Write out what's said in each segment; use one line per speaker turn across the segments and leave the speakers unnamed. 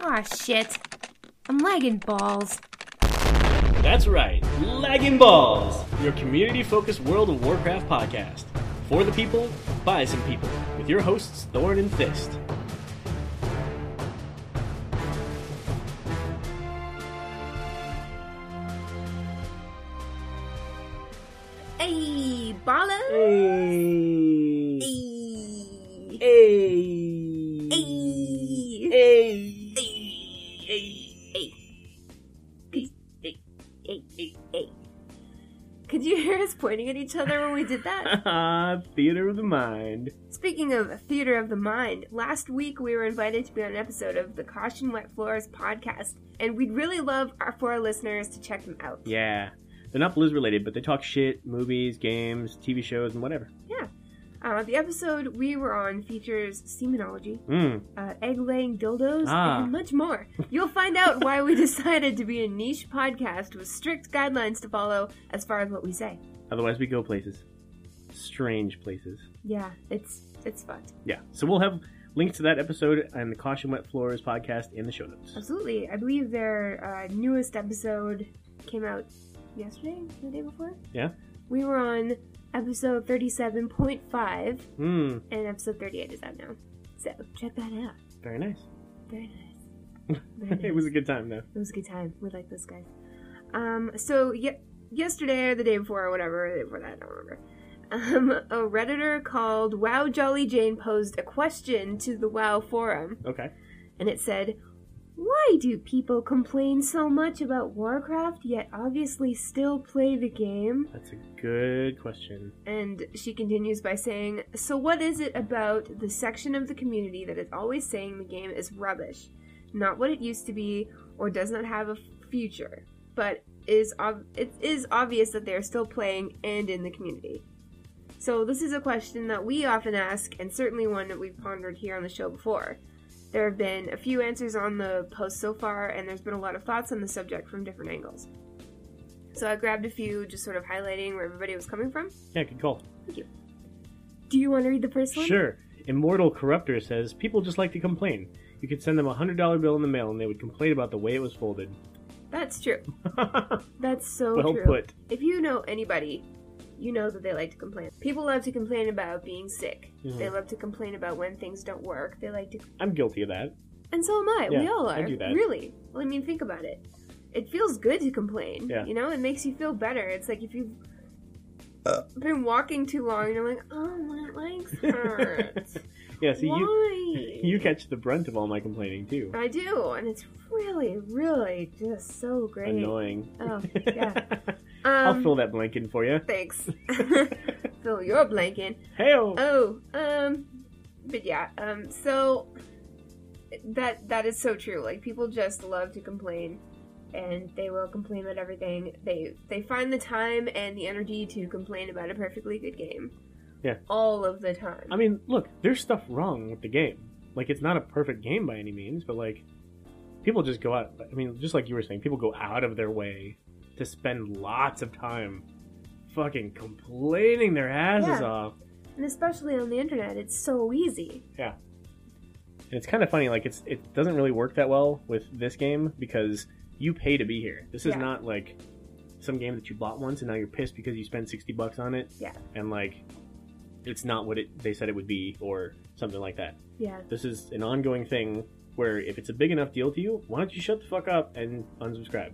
Aw, shit. I'm lagging balls.
That's right, Lagging Balls, your community focused World of Warcraft podcast. For the people, by some people, with your hosts Thorn and Fist.
Hey, Barlow!
Hey.
Hey.
Hey.
Hey.
Hey.
Could you hear us pointing at each other when we did that?
Theater of the mind.
Speaking of theater of the mind, last week we were invited to be on an episode of the Caution Wet Floors podcast, and we'd really love our, for our listeners to check them out.
Yeah. They're not blues related, but they talk shit, movies, games, TV shows, and whatever.
Uh, the episode we were on features semenology,
Mm.
uh, egg laying dildos,
Ah.
and much more. You'll find out why we decided to be a niche podcast with strict guidelines to follow as far as what we say.
Otherwise, we go places. Strange places.
Yeah, it's it's fucked.
Yeah. So we'll have links to that episode and the Caution Wet Floors podcast in the show notes.
Absolutely. I believe their uh, newest episode came out yesterday, the day before.
Yeah.
We were on episode 37.5,
Mm.
and episode 38 is out now. So check that out.
Very nice.
Very nice. Very nice.
it was a good time, though.
It was a good time. We like those guys. Um, so ye- yesterday or the day before or whatever, the day before that, I don't remember. Um, a redditor called Wow Jolly Jane posed a question to the Wow forum,
Okay.
and it said, "Why do people complain so much about Warcraft, yet obviously still play the game?"
That's a good question.
And she continues by saying, So, what is it about the section of the community that is always saying the game is rubbish, not what it used to be, or does not have a future, but is ob- it is obvious that they are still playing and in the community? So, this is a question that we often ask, and certainly one that we've pondered here on the show before. There have been a few answers on the post so far, and there's been a lot of thoughts on the subject from different angles. So, I grabbed a few just sort of highlighting where everybody was coming from.
Yeah, good call.
Do you want to read the first one?
Sure. Immortal Corruptor says people just like to complain. You could send them a hundred dollar bill in the mail, and they would complain about the way it was folded.
That's true.
well
That's so true.
put.
If you know anybody, you know that they like to complain. People love to complain about being sick.
Mhm.
They love to complain about when things don't work. They like to,
I'm guilty of that.
and so am I. we
Yeah,
all
I
are.
do that.
Really. Well, I mean, think about it. It feels good to complain.
Yeah.
You know, it makes you feel better. It's like if you've been walking too long and you're like, oh, my legs hurt.
Yeah. See,
Why?
you you catch the brunt of all my complaining too.
I do, and it's really, really just so great.
Annoying.
Oh, yeah. Um,
I'll fill that blanket for you.
Thanks. Fill your blank in.
Hey.
Oh, um, but yeah, um, so that that is so true. Like people just love to complain, and they will complain about everything. They they find the time and the energy to complain about a perfectly good game.
Yeah.
all of the time.
I mean, look, there's stuff wrong with the game. Like, it's not a perfect game by any means, but like, people just go out. I mean, just like you were saying, people go out of their way to spend lots of time fucking complaining their asses
Yeah.
off.
and especially on the internet, it's so easy.
And it's kind of funny. Like, it's it doesn't really work that well with this game because you pay to be here. This is
Yeah.
not like some game that you bought once and now you're pissed because you spent sixty bucks on it.
Yeah.
And like, it's not what it they said it would be or something like that.
Yeah,
this is an ongoing thing where if it's a big enough deal to you, why don't you shut the fuck up and unsubscribe?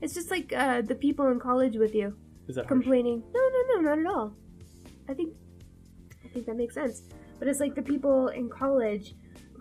it's just like uh, the people in college with you.
Is that harsh?
complaining. No, no, no, not at all. I think I think that makes sense. But it's like the people in college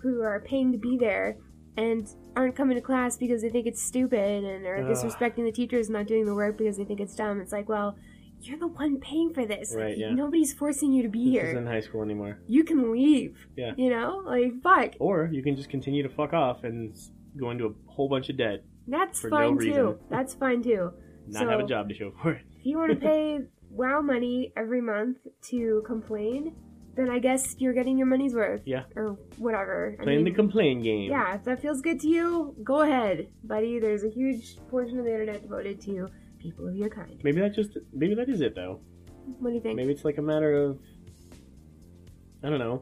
who are paying to be there and aren't coming to class because they think it's stupid and are
Ugh.
disrespecting the teachers and not doing the work because they think it's dumb. It's like, well, you're the one paying for this. Like,
Right, yeah.
Nobody's forcing you to be
This
here.
isn't high school anymore.
You can leave.
Yeah.
You know? Like, fuck.
Or you can just continue to fuck off and s- go into a whole bunch of debt,
That's
For no
fine too.
reason.
That's fine too.
not
So-
have a job to show for it.
If you want to pay WoW money every month to complain, then I guess you're getting your money's worth.
Yeah.
Or whatever. I
Playing the
mean,
complain game.
yeah, if that feels good to you, go ahead, buddy. There's a huge portion of the internet devoted to people of your kind.
Maybe that just maybe that is it though.
What do you think?
Maybe it's like a matter of I don't know.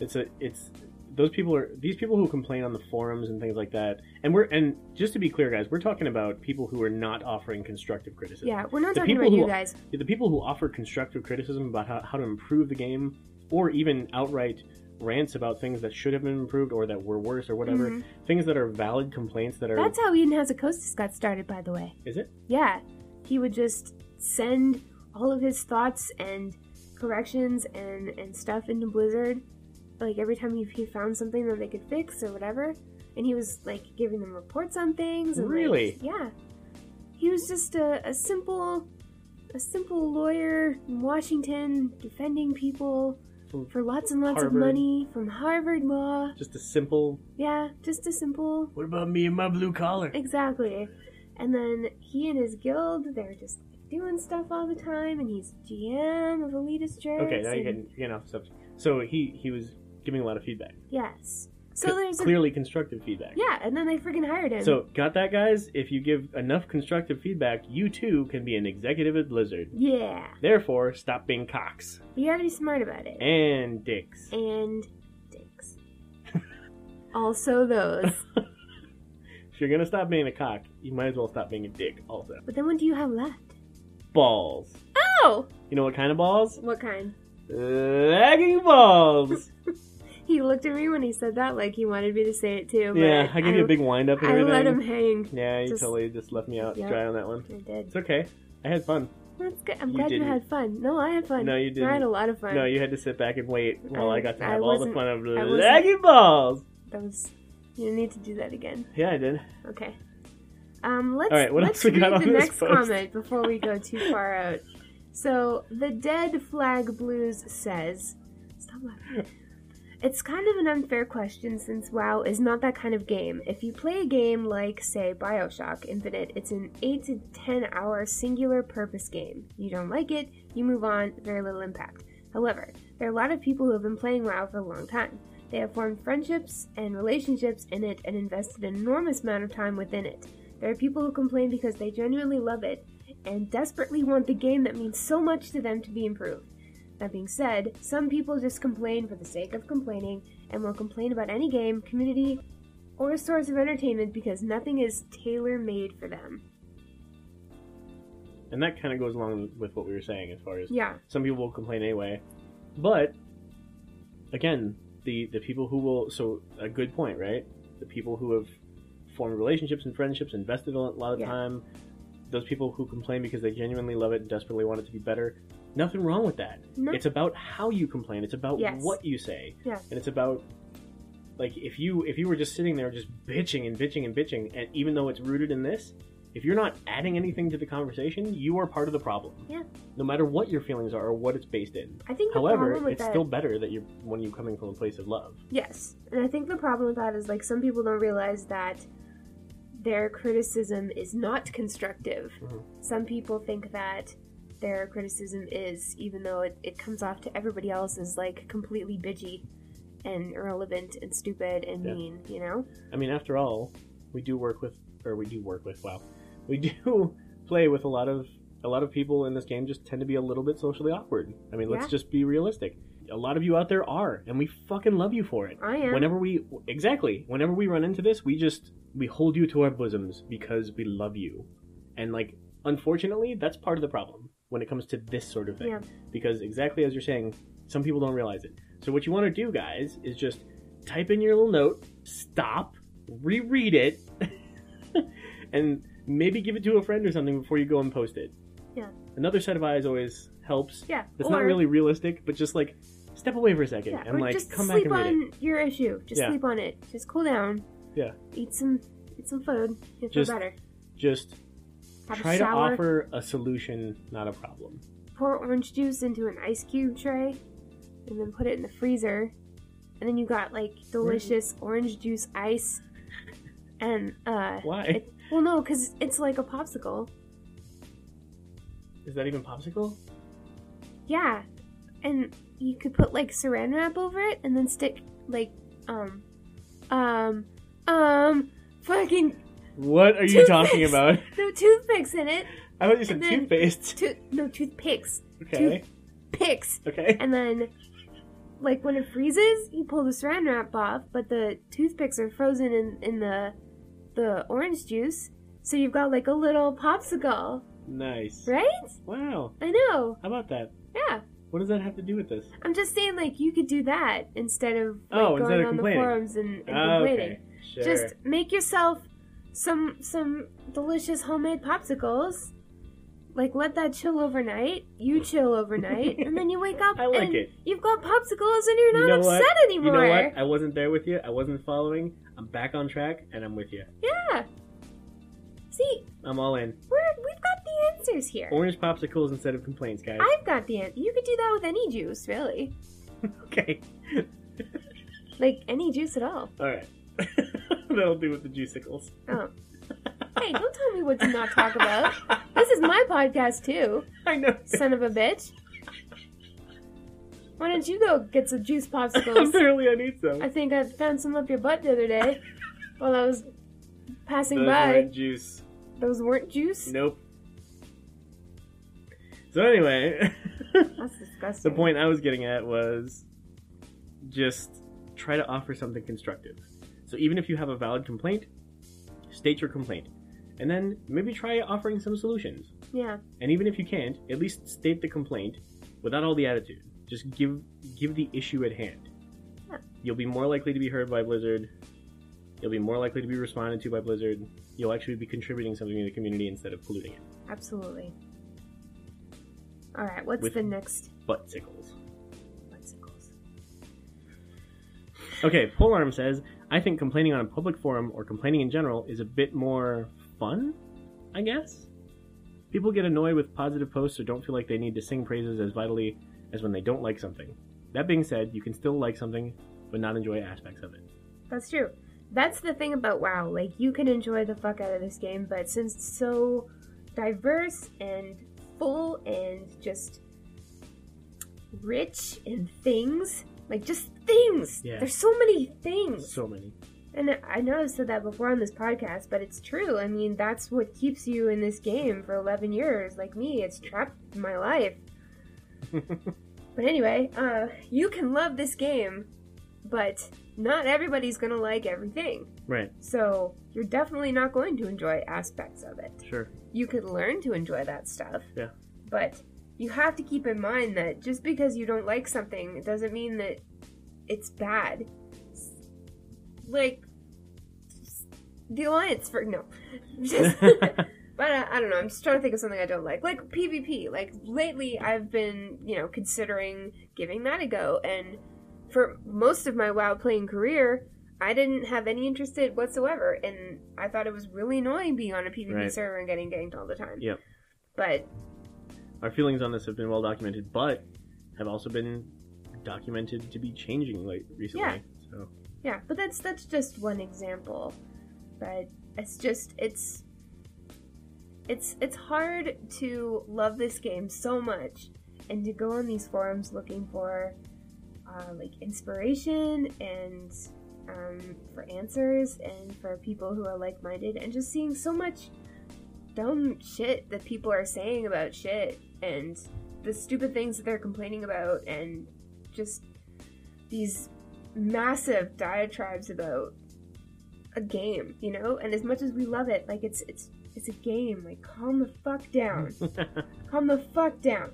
It's a it's those people are these people who complain on the forums and things like that. And we're and just to be clear, guys, we're talking about people who are not offering constructive criticism.
Yeah, we're not
The
talking
people
about you
who-
guys.
The people who offer constructive criticism about how, how to improve the game, or even outright rants about things that should have been improved or that were worse or whatever,
Mhm.
things that are valid complaints that are.
That's how Eden Has a Costas got started, by the way.
Is it?
Yeah, he would just send all of his thoughts and corrections and, and stuff into Blizzard. Like every time he, he found something that they could fix or whatever. And he was like giving them reports on things. And, like,
Really?
yeah. He was just a, a simple. A simple lawyer in Washington defending people
From
for lots and lots
Harvard.
of money from Harvard Law.
Just a simple.
Yeah, just a simple
What about me and my blue collar?
Exactly. And then he and his guild, they're just doing stuff all the time, and he's GM of Elitist Jerks.
Okay, now you're
and-
getting, you're getting off subject. So he he was giving a lot of feedback.
Yes. So
C-
there's a.
clearly constructive feedback.
Yeah, and then they freaking hired him.
So got that, guys? If you give enough constructive feedback, you too can be an executive at Blizzard.
Yeah.
Therefore, stop being cocks
But you gotta be smart about it.
and dicks.
And dicks. also those.
If you're gonna stop being a cock, you might as well stop being a dick. Also,
But then what do you have left?
balls.
Oh!
You know what kind of balls?
What kind?
Lagging balls.
He looked at me when he said that like he wanted me to say it too. but
yeah, I gave you a big wind up and
I
everything.
let him hang.
yeah, you
just-
totally just left me out to
Yeah.
dry on that one.
I did.
It's okay. I had fun.
That's good. I'm
You
glad
didn't.
you had fun. No, I had fun.
No, you
I had
didn't.
a lot of fun.
No, you had to sit back and wait while I,
I-
got to
I
have all the
wasn't-
fun of
I wasn't-
lagging balls.
That was. You need to do that again.
Yeah, I did.
Okay. Um, let's
All right, what else
let's
we got
read
on
the
this
next
post?
comment before we go too far out. So the dead flag blues says, "Stop laughing." It's kind of an unfair question since WoW is not that kind of game. If you play a game like, say, Bioshock Infinite, it's an 8 to 10 hour singular purpose game. You don't like it, you move on, very little impact. However, there are a lot of people who have been playing WoW for a long time. They have formed friendships and relationships in it and invested an enormous amount of time within it. There are people who complain because they genuinely love it and desperately want the game that means so much to them to be improved. That being said, some people just complain for the sake of complaining and will complain about any game, community, or source of entertainment because nothing is tailor made for them.
And that kind of goes along with what we were saying as far as
Yeah,
some people will complain anyway. But again, the the people who will so a good point, right? The people who have formed relationships and friendships, invested a lot of
Yeah.
time. Those people who complain because they genuinely love it and desperately want it to be better. Nothing wrong with that.
no,
It's about how you complain. It's about
Yes.
what you say.
Yeah.
And it's about like if you if you were just sitting there just bitching and bitching and bitching and even though it's rooted in this, if you're not adding anything to the conversation, you are part of the problem.
Yeah.
No matter what your feelings are or what it's based in.
I think the problem
However,
with
it's
that,
still better that you're when you're coming from a place of love.
yes, and I think the problem with that is like some people don't realize that their criticism is not constructive.
Mhm.
Some people think that their criticism is, even though it, it comes off to everybody else as like completely bitchy and irrelevant and stupid and
Yeah.
mean, you know?
I mean, after all, we do work with or we do work with, wow. We do play with a lot of a lot of people in this game just tend to be a little bit socially awkward. I mean, let's
Yeah.
just be realistic. A lot of you out there are, and we fucking love you for it.
I am.
Whenever we exactly, whenever we run into this, we just we hold you to our bosoms because we love you. And like unfortunately, that's part of the problem when it comes to this sort of thing.
Yeah.
Because exactly as you're saying, some people don't realize it. So what you want to do, guys, is just type in your little note, stop, reread it, and maybe give it to a friend or something before you go and post it.
Yeah.
Another set of eyes always helps.
yeah.
That's
or,
not really realistic, but just like step away for a second
yeah,
and
or
like
just
come back
sleep
and read
on
it.
your issue. Just
Yeah.
sleep on it. Just cool down.
Yeah.
Eat some eat some food. You'll feel
Just
better.
Just
Have
try
a
to
shower.
offer a solution, not a problem.
pour orange juice into an ice cube tray and then put it in the freezer and then you got like delicious orange juice ice and uh
Why?
it, well no because it's like a popsicle
Is that even popsicle?
yeah and you could put like saran wrap over it and then stick like um um um fucking
What are you talking
Toothpaste.
about?
no toothpicks in it
I thought you said
And then-
toothpaste.
Tooth no toothpicks
Okay.
picks
Okay.
and then like when it freezes, you pull the saran wrap off, but the toothpicks are frozen in, in the the orange juice, so you've got like a little popsicle,
Nice.
right?
Wow.
I know.
How about that?
Yeah,
What does that have to do with this?
I'm just saying like you could do that instead of like,
Oh, instead
going
of
on the
complaining.
forums and, and
Oh,
complaining.
okay. Sure.
Just make yourself some some delicious homemade popsicles. Like let that chill overnight. You chill overnight, and then you wake up
I like
and
it.
you've got popsicles, and you're not
You know what?
upset
you
anymore.
know what? I wasn't there with you. I wasn't following. I'm back on track, and I'm with you.
Yeah. See,
I'm all in.
we're, we've got the answers here.
Orange popsicles instead of complaints, guys.
I've got the answer. You could do that with any juice, really.
Okay.
Like any juice at all.
All right. That'll do with the juicicles.
Oh. hey, don't tell me what to not talk about. This is my podcast too,
I know.
son of a bitch. Why don't you go get some juice popsicles?
Apparently, I need some.
I think I found some up your butt the other day while I was passing
Those
by.
weren't juice.
Those weren't juice.
Nope. So anyway,
That's disgusting.
the point I was getting at was just try to offer something constructive. So even if you have a valid complaint, state your complaint, and then maybe try offering some solutions.
Yeah.
And even if you can't, at least state the complaint without all the attitude. Just give give the issue at hand.
Yeah.
You'll be more likely to be heard by Blizzard. You'll be more likely to be responded to by Blizzard. You'll actually be contributing something to the community instead of polluting it.
Absolutely. All right, what's
With-
the next
Butt tickles.
popsicles?
Okay, Polearm says, I think complaining on a public forum or complaining in general is a bit more fun, I guess? People get annoyed with positive posts or don't feel like they need to sing praises as vitally as when they don't like something. That being said, you can still like something, but not enjoy aspects of it.
That's true. That's the thing about WoW. Like, you can enjoy the fuck out of this game, but since it's so diverse and full and just rich in things, like just things.
Yeah.
There's so many things.
So many.
And I- I know I've said that before on this podcast, but it's true. I mean, that's what keeps you in this game for 11 years. Like me, it's trapped in my life. but anyway, uh, you can love this game, but not everybody's going to like everything.
Right,
So you're definitely not going to enjoy aspects of it.
sure.
You could learn to enjoy that stuff.
Yeah.
But you have to keep in mind that just because you don't like something, it doesn't mean that it's bad. S- Like s- the alliance for no, just but I, I don't know. I'm just trying to think of something I don't like, like PvP. Like lately, I've been you know considering giving that a go, and for most of my WoW playing career, I didn't have any interest in it whatsoever, and I thought it was really annoying being on a PvP
Right.
server and getting ganked all the time.
Yep.
But
Our feelings on this have been well documented, but have also been documented to be changing like recently.
Yeah.
So
yeah, but that's that's just one example. But it's just it's it's it's hard to love this game so much and to go on these forums looking for uh, like inspiration and um, for answers and for people who are like-minded and just seeing so much dumb shit that people are saying about shit and the stupid things that they're complaining about and just these massive diatribes about a game you know and as much as we love it like it's it's it's a game like calm the fuck down Calm the fuck down.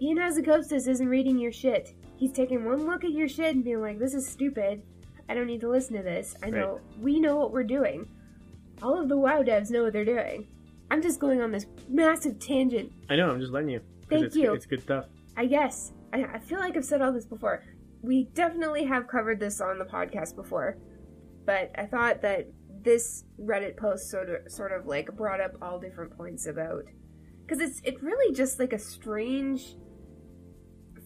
Ian Hazakosis isn't reading your shit. He's taking one look at your shit and being like, this is stupid. I don't need to listen to this. I know. We know what we're doing. All of the WoW devs know what they're doing. I'm just going on this massive tangent,
I know, I'm just letting you. 'cause
Thank
it's,
you.
It's good stuff.
I guess. I, I feel like I've said all this before. We definitely have covered this on the podcast before, but I thought that this Reddit post sort of, sort of like brought up all different points about because it's it really just like a strange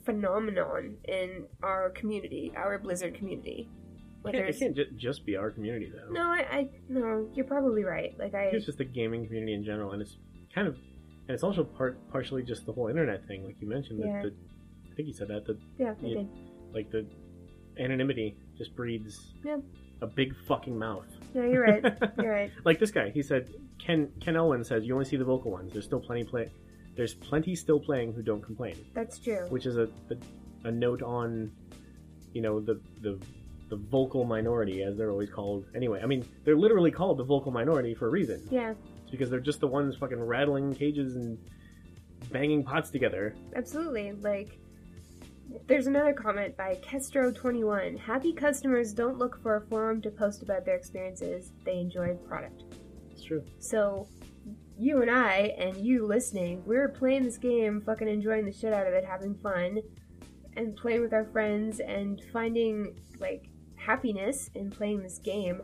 phenomenon in our community, our Blizzard community.
It can't,
Whether
it
it's
can't ju- just be our community, though.
no, I, I no, you're probably right. Like I
it's just the gaming community in general, and it's kind of, and it's also part partially just the whole internet thing, like you mentioned. that
Yeah.
The, I think you said that the
yeah, I
yeah.
did.
like the anonymity just breeds
Yeah.
a big fucking mouth.
No, you're right. You're right.
like this guy, he said Ken Ken Elwin says you only see the vocal ones. There's still plenty play. There's plenty still playing who don't complain,
That's true.
which is a a, a note on you know the the the vocal minority as they're always called anyway i mean they're literally called the vocal minority for a reason
Yeah,
it's because they're just the ones fucking rattling cages and banging pots together
absolutely. Like, there's another comment by Kestro21. Happy customers don't look for a forum to post about their experiences, they enjoy product.
it's true
So, you and I, and you listening, we're playing this game, fucking enjoying the shit out of it, having fun, and playing with our friends, and finding, like, happiness in playing this game.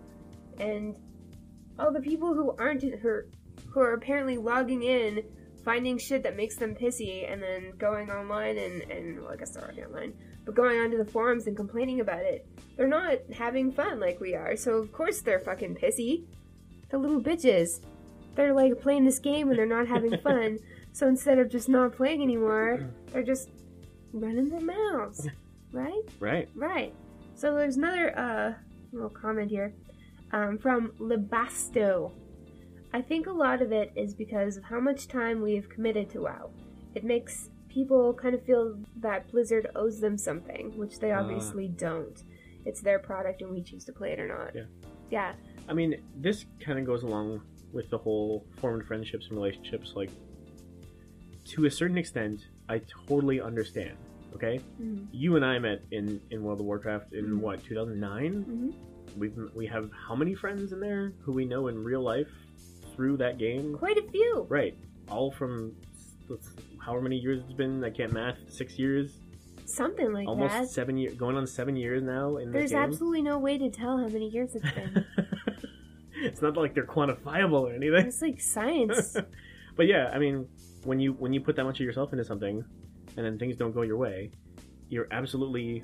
And all the people who aren't, who who are apparently logging in, finding shit that makes them pissy, and then going online and, and well, I guess they're already online, but going onto the forums and complaining about it. They're not having fun like we are, so of course they're fucking pissy. They're little bitches. They're like playing this game and they're not having fun, so instead of just not playing anymore, they're just running their mouths, right?
right
Right. So there's another uh, little comment here um, from Lebasto. I think a lot of it is because of how much time we have committed to WoW. It makes people kind of feel that Blizzard owes them something, which they
Ah.
obviously don't. It's their product and we choose to play it or not.
Yeah.
Yeah.
I mean, this kind of goes along with the whole formed friendships and relationships. Like, to a certain extent, I totally understand. Okay,
Mhm.
you and I met in in World of Warcraft in
Mhm.
what 2009.
Mhm.
We've we have how many friends in there who we know in real life through that game?
Quite a few.
Right, all from let's, however many years it's been. I can't math. Six years,
Something like
almost
that.
seven years, going on seven years now in this
There's
game.
absolutely no way to tell how many years it's been.
it's not like they're quantifiable or anything.
it's like science.
but yeah, I mean, when you when you put that much of yourself into something, and then things don't go your way, you're absolutely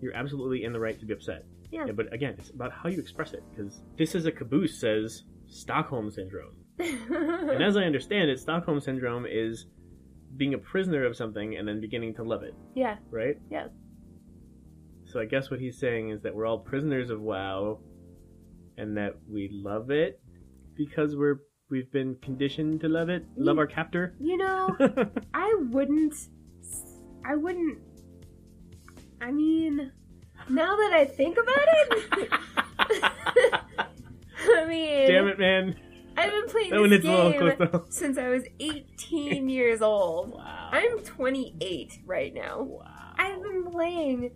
you're absolutely in the right to be upset.
Yeah.
but again, it's about how you express it because this is a caboose says Stockholm syndrome, and as I understand it, Stockholm syndrome is being a prisoner of something and then beginning to love it,
yeah.
right?
Yeah.
So I guess what he's saying is that we're all prisoners of WoW, and that we love it because we're we've been conditioned to love it, love
Mm.
our captor.
You know, I wouldn't. I wouldn't. I mean, now that I think about it, I mean,
Damn it, man!
I've been playing
That one
this
hits a little close
game
to home.
since I was 18 years old.
Wow.
I'm 28 right now.
wow.
I've been playing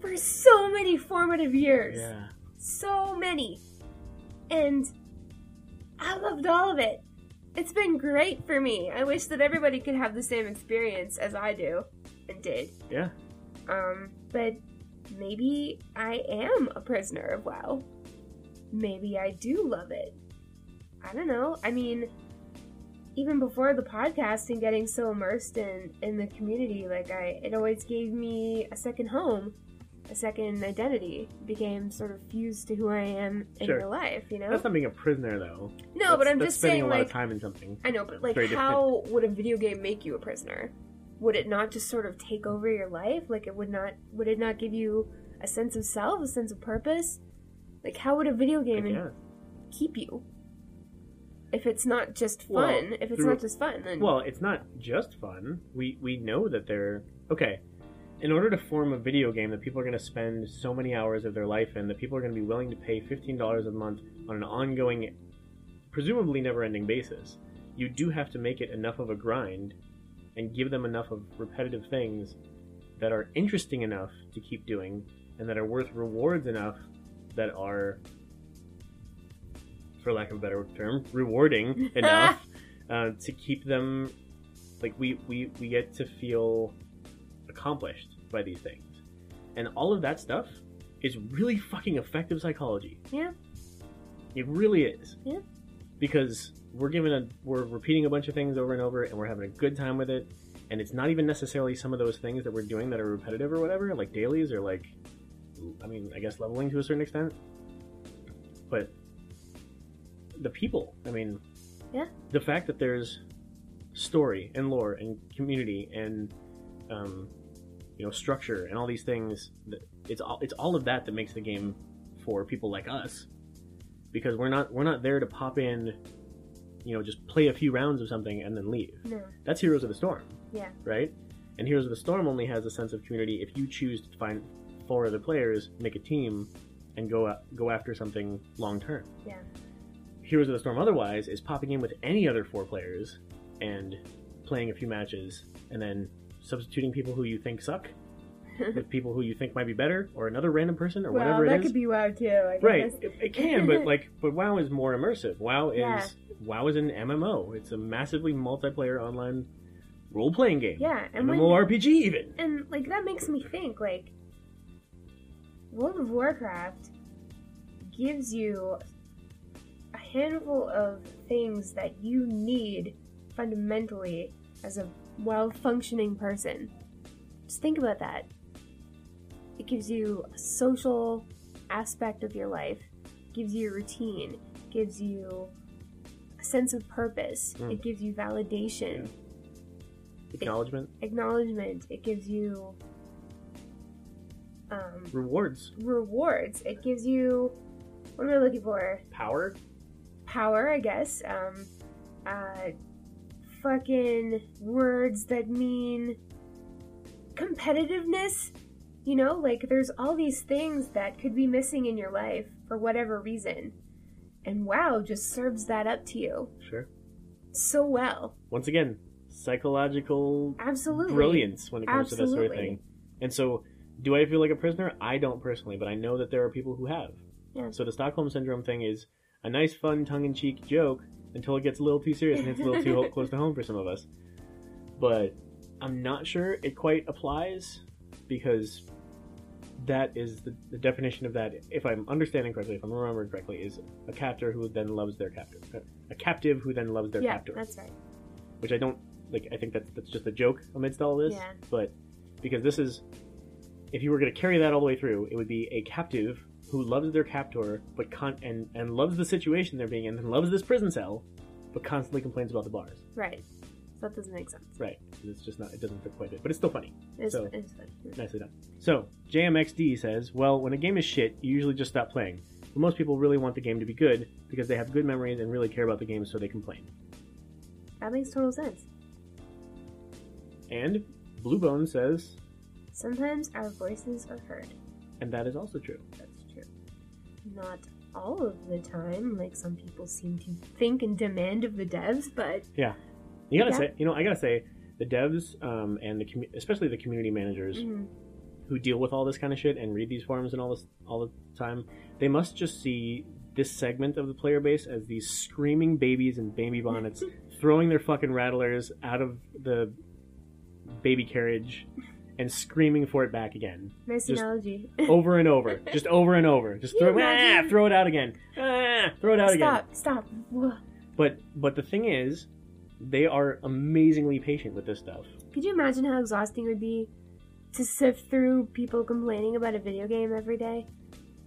for so many formative years,
Yeah.
so many, and I loved all of it. It's been great for me. I wish that everybody could have the same experience as I do and did.
Yeah.
Um, but maybe I am a prisoner of WoW. Maybe I do love it. I don't know. I mean, even before the podcast and getting so immersed in in the community, like I, it always gave me a second home, a second identity. Became sort of fused to who I am in
Sure.
real life. You know?
That's not being a prisoner, though.
no, but
That's-
I'm
that's
just
spending
saying,
a lot
like,
of time in something.
I know, but like,
Very different.
how would a video game make you a prisoner? Would it not just sort of take over your life? Like, it would not. Would it not give you a sense of self, a sense of purpose? Like, how would a video
I
game
guess.
keep you? If it's not just fun,
Well,
if it's
through-
not just fun, then
Well, it's not just fun. We we know that they're okay. In order to form a video game that people are going to spend so many hours of their life in, that people are going to be willing to pay fifteen dollars a month on an ongoing, presumably never-ending basis, you do have to make it enough of a grind, and give them enough of repetitive things that are interesting enough to keep doing, and that are worth rewards enough that are, for lack of a better term, rewarding enough uh, to keep them like we, we we get to feel accomplished by these things and all of that stuff is really fucking effective psychology
Yeah.
it really is
Yeah.
because we're given a we're repeating a bunch of things over and over and we're having a good time with it and it's not even necessarily some of those things that we're doing that are repetitive or whatever like dailies or like i mean i guess leveling to a certain extent but the people i mean
Yeah.
the fact that there's story and lore and community and um, you know structure and all these things that- it's all it's all of that that makes the game for people like us because we're not we're not there to pop in you know just play a few rounds of something and then leave
no,
that's heroes of the storm
Yeah.
right And Heroes of the Storm only has a sense of community if you choose to find four other players, make a team, and go out, go after something long term.
Yeah.
Heroes of the Storm otherwise is popping in with any other four players and playing a few matches and then substituting people who you think suck with people who you think might be better or another random person or
well,
whatever it
that
is.
could be WoW too. I
Right,
guess.
it, it can, but like, but WoW is more immersive. WoW is
Yeah.
WoW is an MMO. It's a massively multiplayer online role playing game.
Yeah, and when,
MMORPG even.
and like that makes me think like World of Warcraft gives you a handful of things that you need fundamentally as a well functioning person. Just think about that. It gives you a social aspect of your life, gives you a routine, gives you a sense of purpose,
Mm.
it gives you validation
Acknowledgement,
acknowledgement. It gives you um,
rewards,
rewards. It gives you what am I looking for?
power.
Power, I guess. Um, uh, fucking words that mean competitiveness. You know, like there's all these things that could be missing in your life for whatever reason. And WoW just serves that up to you
Sure.
so well.
Once again, psychological
Absolutely.
brilliance when it comes to that sort of
Absolutely.
thing. And so, do I feel like a prisoner? I don't personally, but I know that there are people who have.
Yeah.
So the Stockholm syndrome thing is a nice, fun, tongue-in-cheek joke until it gets a little too serious and it's a little too ho- close to home for some of us. But I'm not sure it quite applies because that is the, the definition of that. If I'm understanding correctly, if I'm remembering correctly, is a captor who then loves their captor, a captive who then loves their
yeah,
captor
that's right.
which I don't like. I think that's that's just a joke amidst all this.
Yeah.
But because this is, if you were going to carry that all the way through, it would be a captive who loves their captor, but con- and and loves the situation they're being in, and loves this prison cell, but constantly complains about the bars.
Right. So that doesn't make sense.
Right? 'Cause It's just not. It doesn't fit quite it, but it's still funny.
It's,
So-
it's fun.
Nicely done. So JMXD says, well, when a game is shit, you usually just stop playing. But most people really want the game to be good because they have good memories and really care about the game, so they complain.
That makes total sense.
And Bluebone says,
Sometimes our voices are heard.
and that is also true.
That's true. Not all of the time, like some people seem to think and demand of the devs, but
You gotta
Yeah.
say, you know, I gotta say, the devs um, and the commu- especially the community managers
mm,
who deal with all this kind of shit and read these forums and all this all the time, they must just see this segment of the player base as these screaming babies in baby bonnets throwing their fucking rattlers out of the baby carriage and screaming for it back again
nice
Just-
analogy.
over and over just over and over just
Can
throw,
you
ah,
imagine?
throw it out again ah, throw it out again
stop, stop. Whoa.
but but the thing is they are amazingly patient with this stuff
Could you imagine how exhausting it would be to sift through people complaining about a video game every day?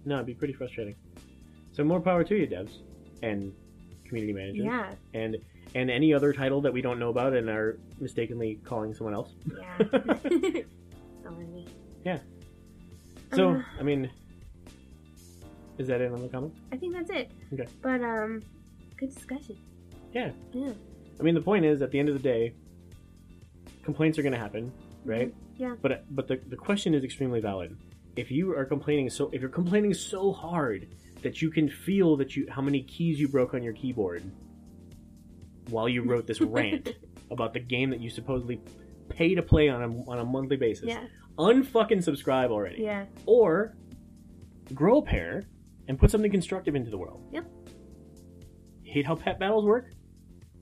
No, it'd be pretty frustrating. So more power to you, devs, and community managers,
Yeah,
and and any other title that we don't know about and are mistakenly calling someone else.
yeah. Darn me.
Yeah. So
Uh,
I mean, is that it on the comment?
I think that's it.
Okay.
But um, good discussion.
Yeah.
Yeah.
I mean, the point is, at the end of the day, complaints are going to happen, right?
Mm-hmm. Yeah.
But but the, the question is extremely valid. If you are complaining so if you're complaining so hard that you can feel that you how many keys you broke on your keyboard while you wrote this rant about the game that you supposedly pay to play on a, on a monthly basis,
Yeah.
unfucking subscribe already,
Yeah.
or grow a pair and put something constructive into the world.
Yep.
Hate how pet battles work.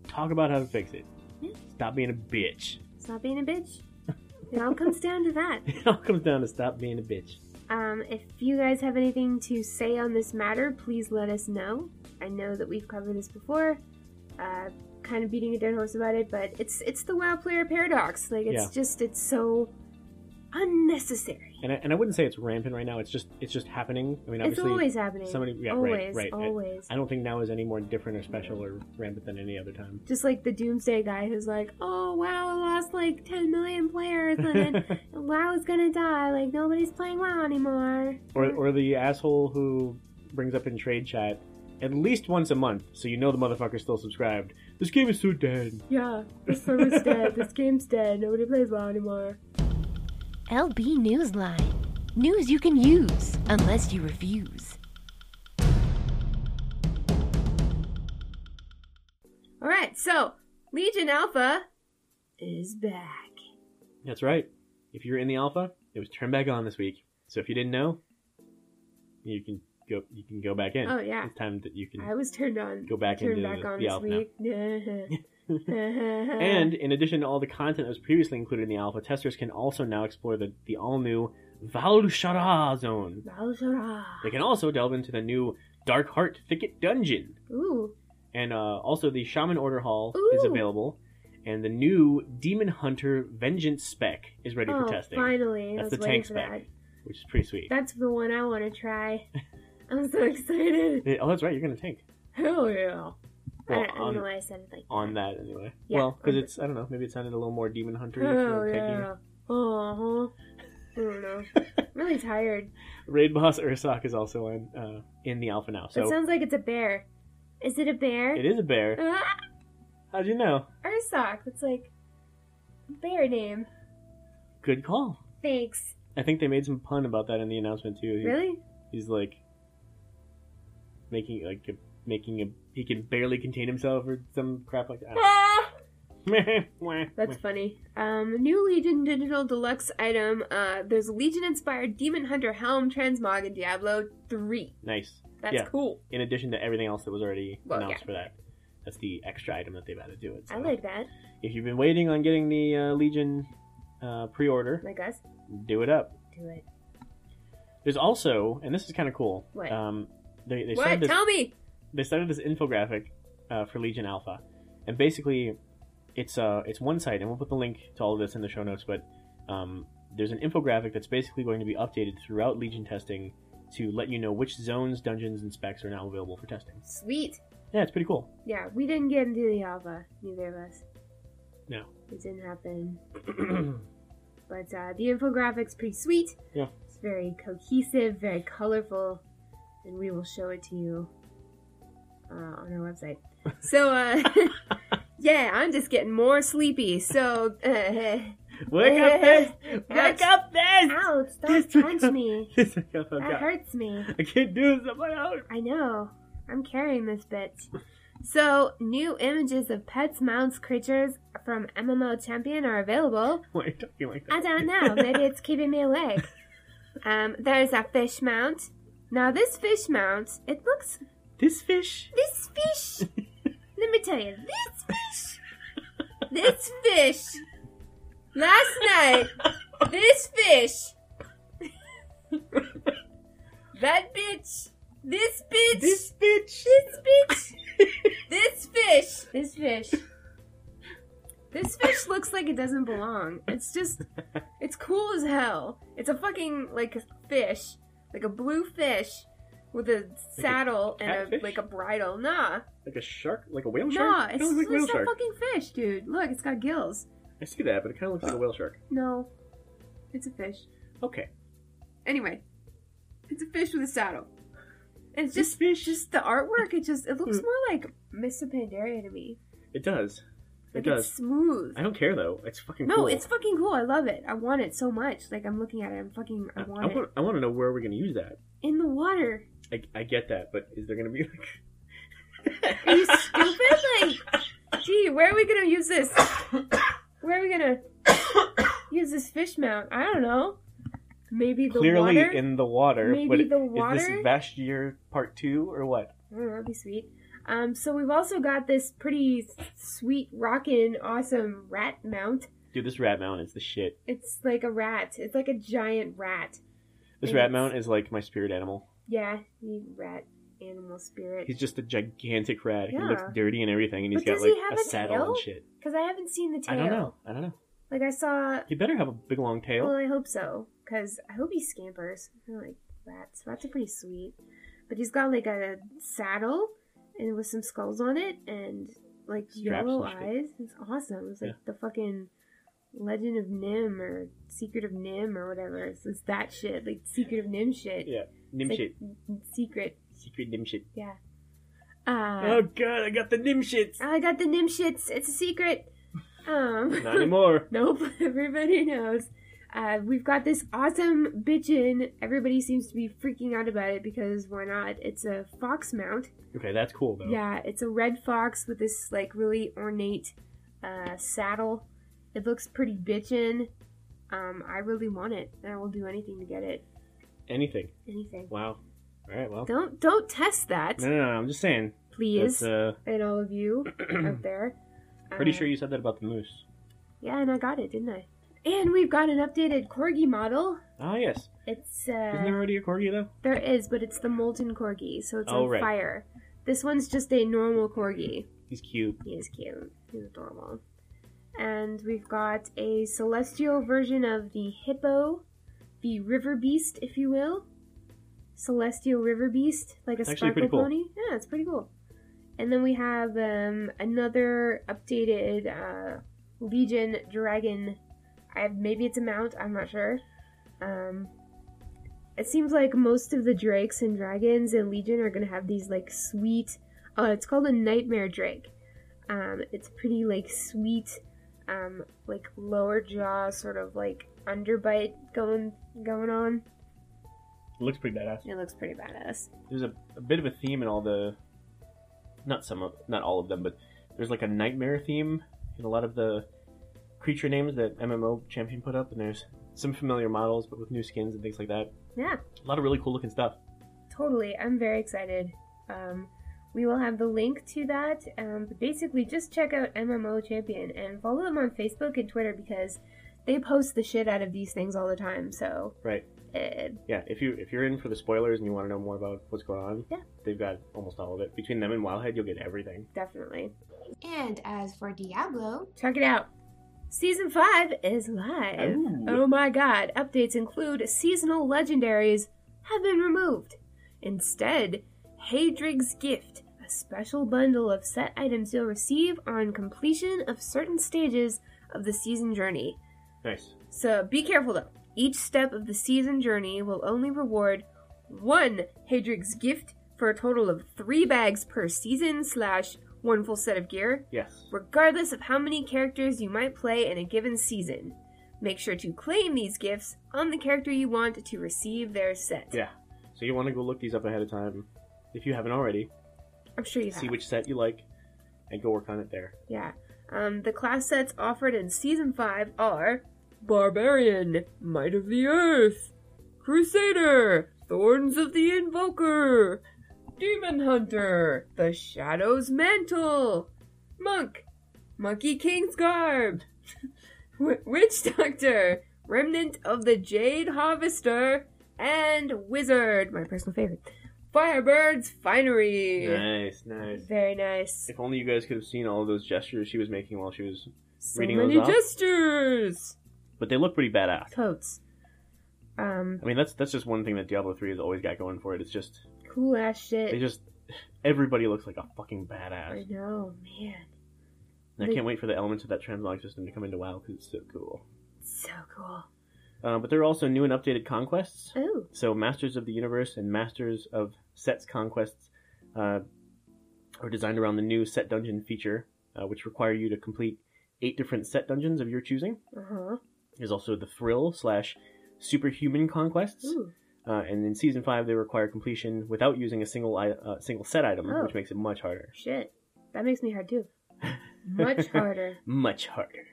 Talk about how to fix it.
Yeah.
Stop being a bitch.
Stop being a bitch. It all comes down to that.
It all comes down to stop being a bitch.
Um, if you guys have anything to say on this matter, please let us know. I know that we've covered this before, uh, kind of beating a dead horse about it, but it's it's the WoW player paradox. Like it's
Yeah.
just it's so unnecessary.
And I, and I wouldn't say it's rampant right now. It's just it's just happening. I mean,
It's
obviously,
always happening.
somebody- yeah, right,
always,
right. I-
always.
I don't think now is any more different or special or rampant than any other time.
just like the doomsday guy who's like, "Oh wow, I lost like 10 million players, and WoW is gonna die. Like nobody's playing WoW anymore."
or or the asshole who brings up in trade chat at least once a month, so you know the motherfucker's still subscribed. This game is so dead.
Yeah, this server's dead. This game's dead. Nobody plays WoW anymore.
LB Newsline. News you can use, unless you refuse.
All right, so Legion Alpha is back.
That's right. If you're in the alpha, it was turned back on this week. So if you didn't know, you can go. You can go back in.
Oh, yeah.
It's time that you can
I was turned on.
go back
turned
into
back
the,
on
the
this
alpha now.
week. and
And in addition to all the content that was previously included in the alpha, testers can also now explore the, the all new Val Shara zone. They can also delve into the new Dark Heart Thicket dungeon.
Ooh,
And uh, also, the Shaman Order Hall is
Ooh.
available. And the new Demon Hunter Vengeance spec is ready
oh,
for testing,
finally! I
That's
was
the
waiting
tank
for
spec.
that.
which is pretty sweet.
That's the one I want to try. I'm so excited.
Yeah, Oh, that's right, you're going to tank.
Hell yeah! I,
Well,
don't, I don't know
on,
why I said it like
on that, anyway.
Yeah,
well, because
on-
it's, I don't know, maybe it sounded a little more Demon Hunter. if
Oh
you're tanking.
yeah. Oh, I don't know. I'm really tired.
Raid Boss Ursak is also on, uh, in the alpha now. So
it sounds like it's a bear. Is it a bear?
it is a bear.
Ah,
How'd you know?
Ursoc. That's like a bear name.
Good call.
Thanks.
I think they made some pun about that in the announcement too. He-
Really?
He's like making like a- making a he can barely contain himself or some crap like that.
Ah! That's
That's
funny. Um, new Legion Digital Deluxe item. Uh, there's a Legion-inspired Demon Hunter helm, transmog, and Diablo 3.
nice.
That's
Yeah.
cool.
In addition to everything else that was already
Well,
announced
yeah.
for that, that's the extra item that they've added to it.
I
So
like that.
If you've been waiting on getting the uh, Legion uh, pre-order,
Like us.
do it up.
Do it.
There's also, and this is kind of cool.
What?
Um, they they
What?
started this
Tell me!
they started this infographic uh, for Legion Alpha, and basically, it's uh it's one site, and we'll put the link to all of this in the show notes. But um, there's an infographic that's basically going to be updated throughout Legion testing to let you know which zones, dungeons, and specs are now available for testing.
Sweet.
Yeah, it's pretty cool.
Yeah, we didn't get into the Alpha. Neither of us.
No.
It didn't happen. But uh, the infographic's pretty sweet.
Yeah.
It's very cohesive, very colorful, and we will show it to you uh, on our website. So, uh, yeah, I'm just getting more sleepy. So, uh,
Wake up, this! Wake up, this!
ouch, don't punch me.
This- oh,
That
God.
hurts me.
I can't do this on my own.
I know. I'm carrying this bitch. So, new images of pets, mounts, creatures from MMO Champion are available.
Why are you talking like that?
I don't know. Maybe it's keeping me awake. Um, there's a fish mount. Now this fish mount, it looks
This fish.
this fish. Let me tell you, this fish, this fish. Last night, this fish, that bitch, this bitch,
This bitch.
this bitch, this fish, this fish. This fish looks like it doesn't belong. It's just, it's cool as hell. It's a fucking like a fish, like a blue fish, with a saddle and a
catfish?
like a bridle. Nah,
Like a shark? Like a whale
nah,
shark?
it's,
It looks like a whale
it's a
shark.
fucking fish, dude. Look, it's got gills.
I see that, but it kind of looks like a whale shark.
No, it's a fish.
Okay.
Anyway, it's a fish with a saddle. And it's
This
just
fish- Mm.
just the artwork. It just it looks more like Mr. Pandaria to me.
It does. It
Like
does.
it's smooth.
I don't care though. It's fucking
No,
cool.
it's fucking cool. I love it. I want it so much. Like I'm looking at it. I'm fucking. I
I,
want
I
it
want. I want to know where we're gonna use that.
in the water.
I, I get that, but is there gonna be like?
Are you stupid? Like, gee, where are we gonna use this? Where are we gonna use this fish mount? I don't know. Maybe the
Clearly
water.
in the water.
Maybe
but
the
Is
water?
this Vash Year Part Two or what?
I don't know, Oh, that'd be sweet. Um, so we've also got this pretty s- sweet, rockin', awesome rat mount.
Dude, this rat mount is the shit.
It's like a rat. It's like a giant rat.
This
And
rat
it's-
mount is like my spirit animal.
Yeah, you rat animal spirit.
He's just a gigantic rat. He looks
Yeah.
dirty and everything, and he's
But
got
does
like
he have
a
a
saddle
tail?
and shit.
Because I haven't seen the
I
tail.
don't know. I don't know.
Like I saw.
He better have a big long tail.
Well, I hope so. Because I hope he scampers. I like rats. Rats are pretty sweet. But he's got like a saddle and with some skulls on it and like
Straps
yellow
and shit.
eyes. It's awesome. It's like the fucking Legend of Nim or Secret of Nim or whatever. It's, it's that shit. Like Secret of Nim shit.
yeah.
It's
Nimshit.
like n- Secret.
Secret Nimshit.
Yeah. Uh,
oh god, I got the nim shits.
I got the nimshits. It's a secret. Um,
Not anymore.
Nope, everybody knows. Uh, we've got this awesome bitchin. Everybody seems to be freaking out about it because why not? It's a fox mount.
Okay, that's cool though.
Yeah, it's a red fox with this like really ornate uh, saddle. It looks pretty bitchin. Um, I really want it, and I will do anything to get it.
Anything.
Anything.
Wow. All right. Well.
Don't don't test that,
No, no, no. I'm just saying.
please,
That's, uh,
and all of you out there.
pretty
Uh,
sure you said that about the moose.
Yeah, and I got it, didn't I? And we've got an updated corgi model.
Ah, yes.
It's
Isn't
uh,
there already a corgi though?
There is, but it's the molten corgi, so it's
Oh,
on
right.
fire. This one's just a normal corgi.
He's cute.
He is cute. He's adorable. And we've got a celestial version of the hippo, the river beast, if you will. Celestial river beast, like a
It's actually
sparkle
pretty cool.
pony. Yeah, it's pretty cool. And then we have um, another updated uh, Legion dragon. I maybe it's a mount. I'm not sure. Um, it seems like most of the drakes and dragons in Legion are gonna have these like sweet. Oh, it's called a nightmare drake. Um, it's pretty like sweet, um, like lower jaw sort of like underbite going going on.
It looks pretty badass.
It looks pretty badass.
There's a, a bit of a theme in all the, not some of, not all of them, but there's like a nightmare theme in a lot of the creature names that MMO Champion put up, and there's some familiar models, but with new skins and things like that.
Yeah,
A lot of really cool looking stuff.
totally. I'm very excited. Um, we will have the link to that. Um, but basically, just check out MMO Champion and follow them on Facebook and Twitter because they post the shit out of these things all the time. So
Right.
uh,
Yeah, if you if you're in for the spoilers and you want to know more about what's going on,
Yeah.
they've got almost all of it. Between them and Wildhead, you'll get everything.
definitely
And as for Diablo,
check it out. Season five is live. Oh my god, updates include seasonal legendaries have been removed. Instead, Hadrig's Gift, a special bundle of set items you'll receive on completion of certain stages of the season journey.
Nice.
So be careful though. Each step of the season journey will only reward one Hadrig's Gift for a total of three bags per season slash one full set of gear
Yes.
regardless of how many characters you might play in a given season. Make sure to claim these gifts on the character you want to receive their set.
Yeah. So you want to go look these up ahead of time if you haven't already.
I'm sure you have.
See which set you like and go work on it there.
yeah. Um, the class sets offered in Season 5 are Barbarian, Might of the Earth, Crusader, Thorns of the Invoker, Demon Hunter, The Shadow's Mantle, Monk, Monkey King's Garb, Wi- Witch Doctor, Remnant of the Jade Harvester, and Wizard, my personal favorite, Firebird's Finery.
Nice, nice.
Very nice.
If only you guys could have seen all of those gestures she was making while she was.
So
Reading
many
those off?
gestures.
But they look pretty badass.
Totes. Um,
I mean, that's that's just one thing that Diablo Three has always got going for it. It's just
cool ass
they
shit.
just everybody looks like a fucking
I
badass.
know, man.
And I
They-
can't wait for the elements of that transmog system to come into WoW because it's so cool.
So cool.
Uh, but there are also new and updated conquests.
Oh,
So Masters of the Universe and Masters of Set's Conquests uh, are designed around the new Set Dungeon feature, uh, which require you to complete eight different Set Dungeons of your choosing.
uh huh.
There's also the Thrill slash Superhuman Conquests,
Ooh,
uh, and in Season Five they require completion without using a single I- uh, single set item,
Oh.
which makes it much harder.
shit. That makes me hard too. Much harder.
Much harder.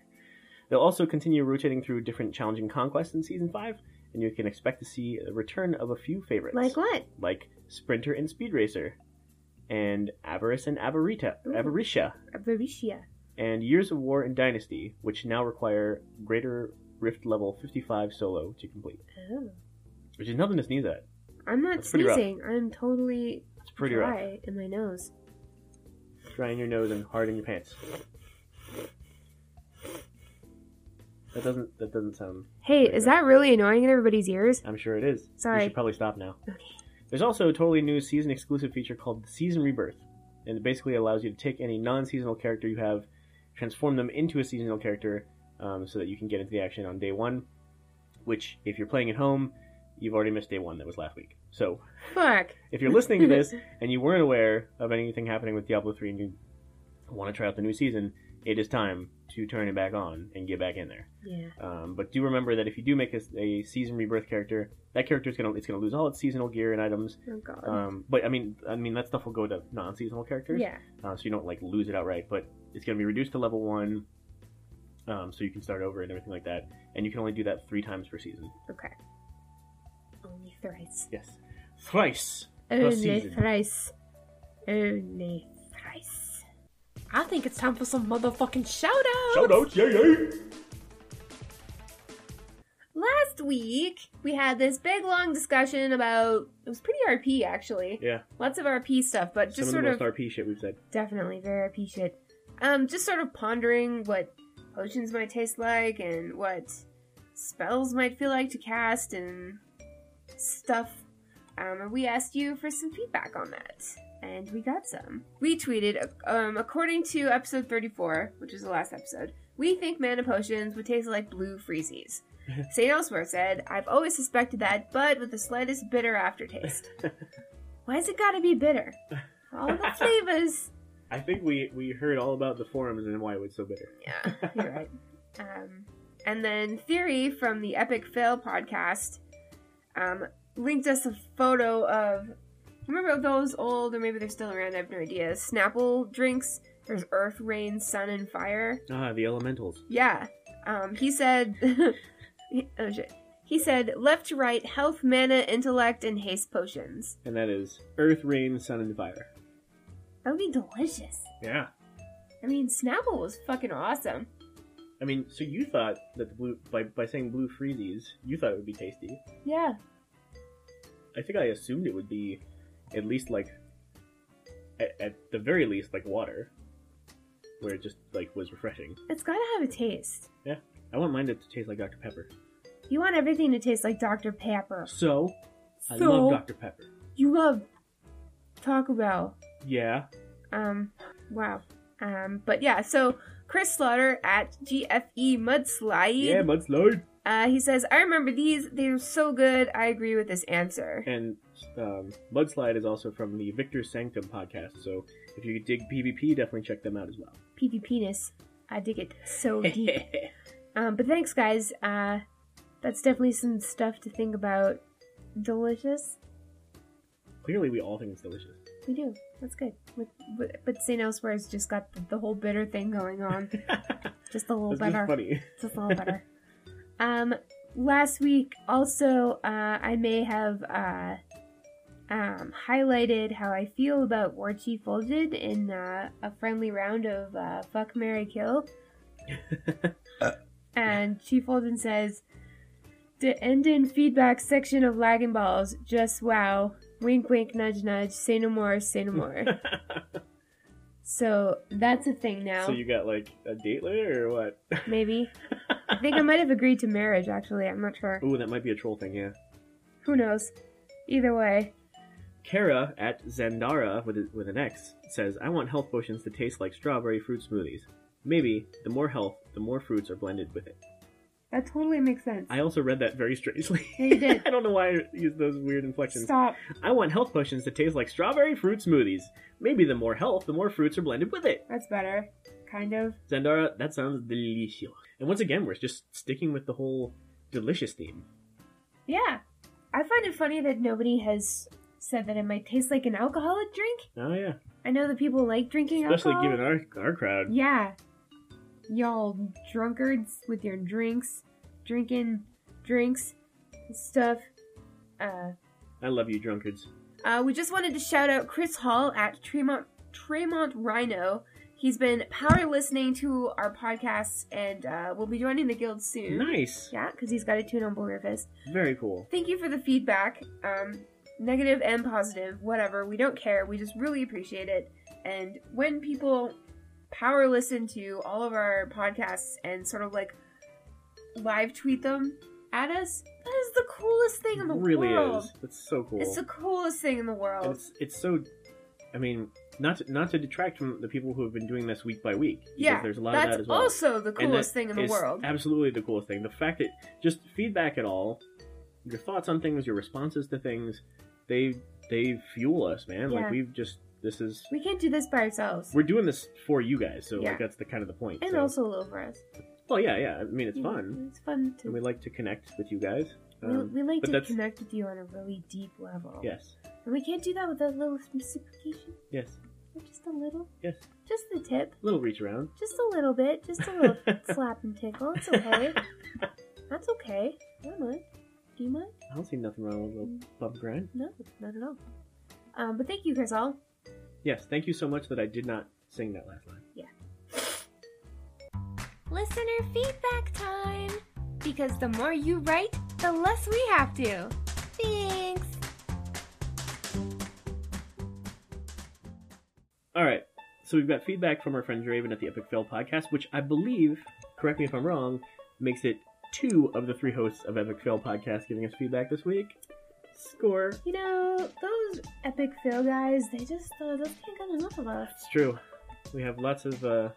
They'll also continue rotating through different challenging conquests in Season Five, and you can expect to see the return of a few favorites.
Like what?
like Sprinter and Speed Racer, and Avarice and Avarita,
Ooh.
Avaricia,
Avaricea.
and Years of War and Dynasty, which now require Greater Rift level 55 solo to complete.
Oh.
Which is nothing to sneeze at.
I'm not
That's pretty rough.
sneezing. I'm totally
It's pretty
dry
rough.
in my nose.
Dry in your nose and hard in your pants. That doesn't. That doesn't sound.
Hey,
Pretty
is
rough.
that really annoying in everybody's ears?
I'm sure it is.
Sorry.
You should probably stop now.
Okay.
There's also a totally new season exclusive feature called the Season Rebirth, and it basically allows you to take any non seasonal character you have, transform them into a seasonal character, um, so that you can get into the action on day one. Which, if you're playing at home, you've already missed day one. That was last week. So
Fuck.
if you're listening to this and you weren't aware of anything happening with Diablo 3 and you want to try out the new season, it is time to turn it back on and get back in there.
Yeah.
Um, but do remember that if you do make a, a season rebirth character, that character is gonna it's gonna lose all its seasonal gear and items.
Oh god.
Um, but I mean, I mean that stuff will go to non-seasonal characters,
yeah.
uh, so you don't like lose it outright. But it's gonna be reduced to level one, um, so you can start over and everything like that. And you can only do that three times per season.
Okay. Only thrice.
Yes, thrice per
Only
season.
thrice. Only thrice.
I think it's time for some motherfucking shout out.
Shout out, yay, yay!
Last week we had this big long discussion about it was pretty RP actually.
Yeah,
Lots of RP stuff, but
some
just sort
of the
of
most RP shit we've said.
Definitely very RP shit. Um, just sort of pondering what potions might taste like and what spells might feel like to cast and stuff. Um, and we asked you for some feedback on that, and we got some. We tweeted, um, according to episode 34, which was the last episode, we think mana potions would taste like blue freezies. St. Elsewhere said, I've always suspected that, but with the slightest bitter aftertaste. Why's it gotta be bitter? All the flavors.
I think we we heard all about the forums and why it was so bitter.
Yeah, you're right. Um, and then Theory from the Epic Fail podcast um, linked us a photo of. Remember those old, or maybe they're still around, I have no idea. Snapple drinks? There's Earth, Rain, Sun, and Fire.
Ah, the elementals.
Yeah. Um, he said. he- oh shit. He said left to right, health, mana, intellect, and haste potions.
And that is earth, rain, sun, and fire.
That would be delicious.
Yeah.
I mean, Snapple was fucking awesome.
I mean, so you thought that the blue by, by saying blue freezies, you thought it would be tasty.
Yeah.
I think I assumed it would be at least like at, at the very least like water, where it just like was refreshing.
It's gotta have a taste.
I wouldn't mind it to taste like Dr Pepper.
You want everything to taste like Dr. Pepper.
So I
So-
love Dr Pepper.
You love Taco Bell.
Yeah.
Um, wow. Um, but yeah, so Chris Slaughter at GFE Mudslide.
Yeah, mudslide.
uh, he says, I remember these. They were so good. I agree with this answer.
And um, mudslide is also from the Victor Sanctum podcast. So if you dig PvP, definitely check them out as well.
PV penis. I dig it so deep. um, but thanks, guys. Uh, that's definitely some stuff to think about. Delicious.
Clearly, we all think it's delicious.
We do. That's good. With, with, but St. Elsewhere's just got the, the whole bitter thing going on. Just a little
That's
bitter.
just funny.
It's a little better. um, last week also, uh, I may have uh, um, highlighted how I feel about War Chief Volgid in uh, a friendly round of uh, Fuck Mary Kill.
Uh,
and Chief Volgid says, "The end in feedback section of Lagging Balls, just wow. Wink, wink, nudge, nudge. Say no more, say no more." so that's a thing now.
So you got like a date later or what?
Maybe. I think I might have agreed to marriage, actually. I'm not sure.
Ooh, that might be a troll thing, yeah.
Who knows? Either way.
Kara at Zandara with, a, with an X says, I want health potions to taste like strawberry fruit smoothies. Maybe the more health, the more fruits are blended with it.
That totally makes sense.
I also read that very strangely.
Yeah, you did.
I don't know why I used those weird inflections.
Stop.
I want health potions to taste like strawberry fruit smoothies. Maybe the more health, the more fruits are blended with it.
That's better. Kind of.
Zandara, that sounds delicious. And once again, we're just sticking with the whole delicious theme.
Yeah. I find it funny that nobody has said that it might taste like an alcoholic drink.
Oh, yeah.
I know that people like drinking
Especially
alcohol.
given our, our crowd.
Yeah. Y'all drunkards with your drinks, drinking drinks, and stuff. Uh,
I love you, drunkards.
Uh, we just wanted to shout out Chris Hall at Tremont Tremont Rhino. He's been power listening to our podcasts and uh, will be joining the guild soon.
Nice.
Yeah, because he's got a tune on Blue Fist.
Very cool.
Thank you for the feedback, um, negative and positive, whatever. We don't care. We just really appreciate it. And when people power listen to all of our podcasts and sort of like live tweet them at us, that is the coolest thing in the
It really
world.
is. That's so cool.
It's the coolest thing in the
And
world.
it's it's so. I mean, not to, not to detract from the people who have been doing this week by week. because
Yeah,
there's a lot
That's
of that as well.
also the
And
coolest
that
thing in the
is
world.
Absolutely the coolest thing. The fact that just feedback at all, your thoughts on things, your responses to things, they they fuel us, man.
Yeah.
Like we've just this is
We can't do this by ourselves.
we're doing this for you guys, so
Yeah.
like that's the kind of the point.
and
so.
also a little for us.
well, yeah, yeah. I mean, it's fun,
It's fun to.
and we like to connect with you guys.
we,
Um,
we like
but
to
that's-
connect with you on a really deep level.
Yes,
And we can't do that without a little reciprocation.
yes,
Or Just a little.
yes.
Just the tip.
Little reach around.
Just a little bit. Just a little slap and tickle. It's okay. That's okay. I don't mind. Do you mind?
I don't see nothing wrong with a little bump grind.
No, not at all. Um, but thank you, Chris All.
Yes, thank you so much that I did not sing that last line.
Listener feedback time! Because the more you write, the less we have to. Thanks!
All right. So we've got feedback from our friend Draven at the Epic Fail podcast, which I believe, correct me if I'm wrong, makes it two of the three hosts of Epic Fail podcast giving us feedback this week. Score.
You know, those epic fail guys, they just uh, they can't get enough of us.
It's true. We have lots of uh,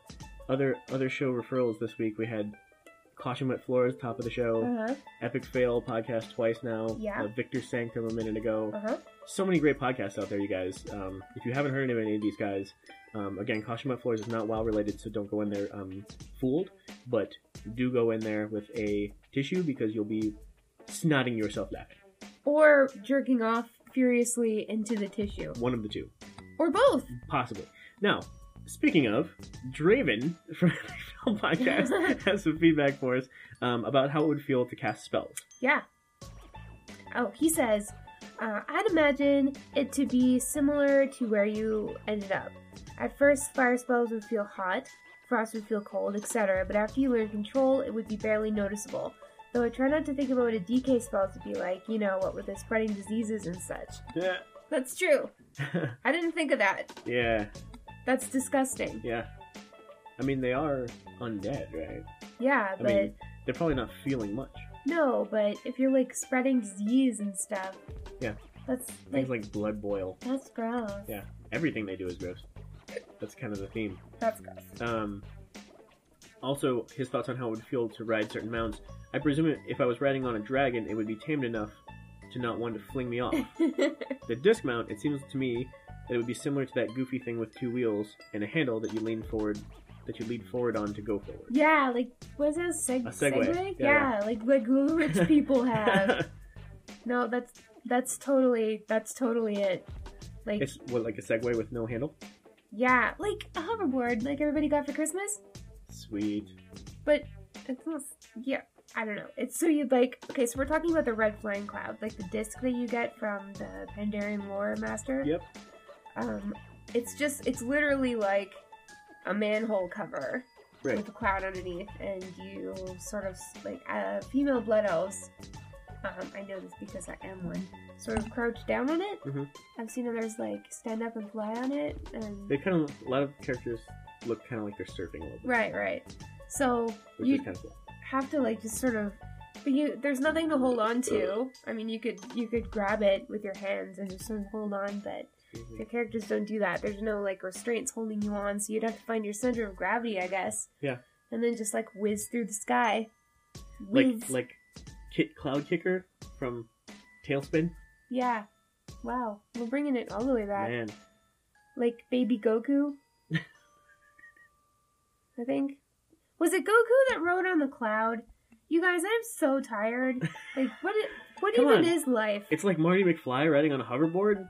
other other show referrals this week. We had Caution Wet Floors top of the show,
Uh-huh.
Epic Fail podcast twice now.
Yeah.
Uh, Victor Sanctum a minute ago.
Uh-huh.
so many great podcasts out there, you guys. Um, if you haven't heard of any of these guys, um, again, Caution About Floors is not WoW related, so don't go in there um, fooled, but do go in there with a tissue because you'll be snotting yourself laughing.
Or jerking off furiously into the tissue.
One of the two,
Or both.
possibly. Now, speaking of, Draven from the podcast has some feedback for us um, about how it would feel to cast spells.
Yeah. Oh, he says, uh, I'd imagine it to be similar to where you ended up. At first, fire spells would feel hot, frost would feel cold, etc., but after you learn control, it would be barely noticeable. Though I try not to think about what a DK spell to be like, you know, what with the spreading diseases and such.
Yeah.
That's true. I didn't think of that.
yeah,
That's disgusting.
yeah. I mean, they are undead, right?
Yeah,
I
but
mean, they're probably not feeling much.
no, but if you're like spreading disease and stuff.
Yeah.
That's like,
Things like blood boil.
that's gross.
Yeah. Everything they do is gross. That's kind of the theme.
That's gross.
Um, also, his thoughts on how it would feel to ride certain mounts. I presume it- if I was riding on a dragon, it would be tamed enough to not want to fling me off. the disc mount, it seems to me that it would be similar to that goofy thing with two wheels and a handle that you lean forward, that you lead forward on to go forward.
Yeah, like was that a, seg-
A segue.
Yeah,
Yeah,
like like Lulu rich people have. no, that's that's totally that's totally it. Like
it's what like a Segway with no handle.
yeah, like a hoverboard, like everybody got for Christmas.
Sweet.
But it's not. Yeah, I don't know. It's so you'd like. Okay, so we're talking about the red flying cloud, like the disc that you get from the Pandaren Lore Master.
Yep.
Um, it's just it's literally like a manhole cover.
Right.
with a cloud underneath, and you sort of like uh, female blood elves. Um, I know this because I am one. Sort of crouch down on it.
Mhm.
I've seen others like stand up and fly on it, and
They kind of a lot of characters look kind of like they're surfing a little bit,
right, right. So
which
you
is kind of cool.
have to like just sort of, but you there's nothing to hold on to. I mean, you could you could grab it with your hands and just sort of hold on, but your characters don't do that. There's no like restraints holding you on, so you'd have to find your center of gravity, I guess.
Yeah.
And then just like whiz through the sky.
like like Kit Cloud Kicker from Tailspin.
Yeah. Wow. We're bringing it all the way back.
Man,
Like baby Goku. I think. Was it Goku that rode on the cloud? You guys, I'm so tired. Like what it, what
Come
even
on.
is life?
it's like Marty McFly riding on a hoverboard,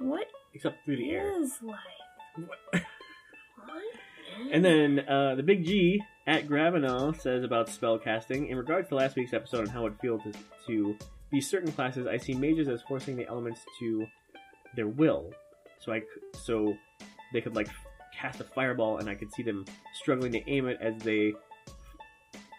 What
except through the air.
is life?
What-
What?
and then uh, the big G at Gravenal says about spell casting in regards to last week's episode and how it feels to, to be certain classes. I see mages as forcing the elements to their will, so I c- so they could like cast a fireball, and I could see them struggling to aim it as they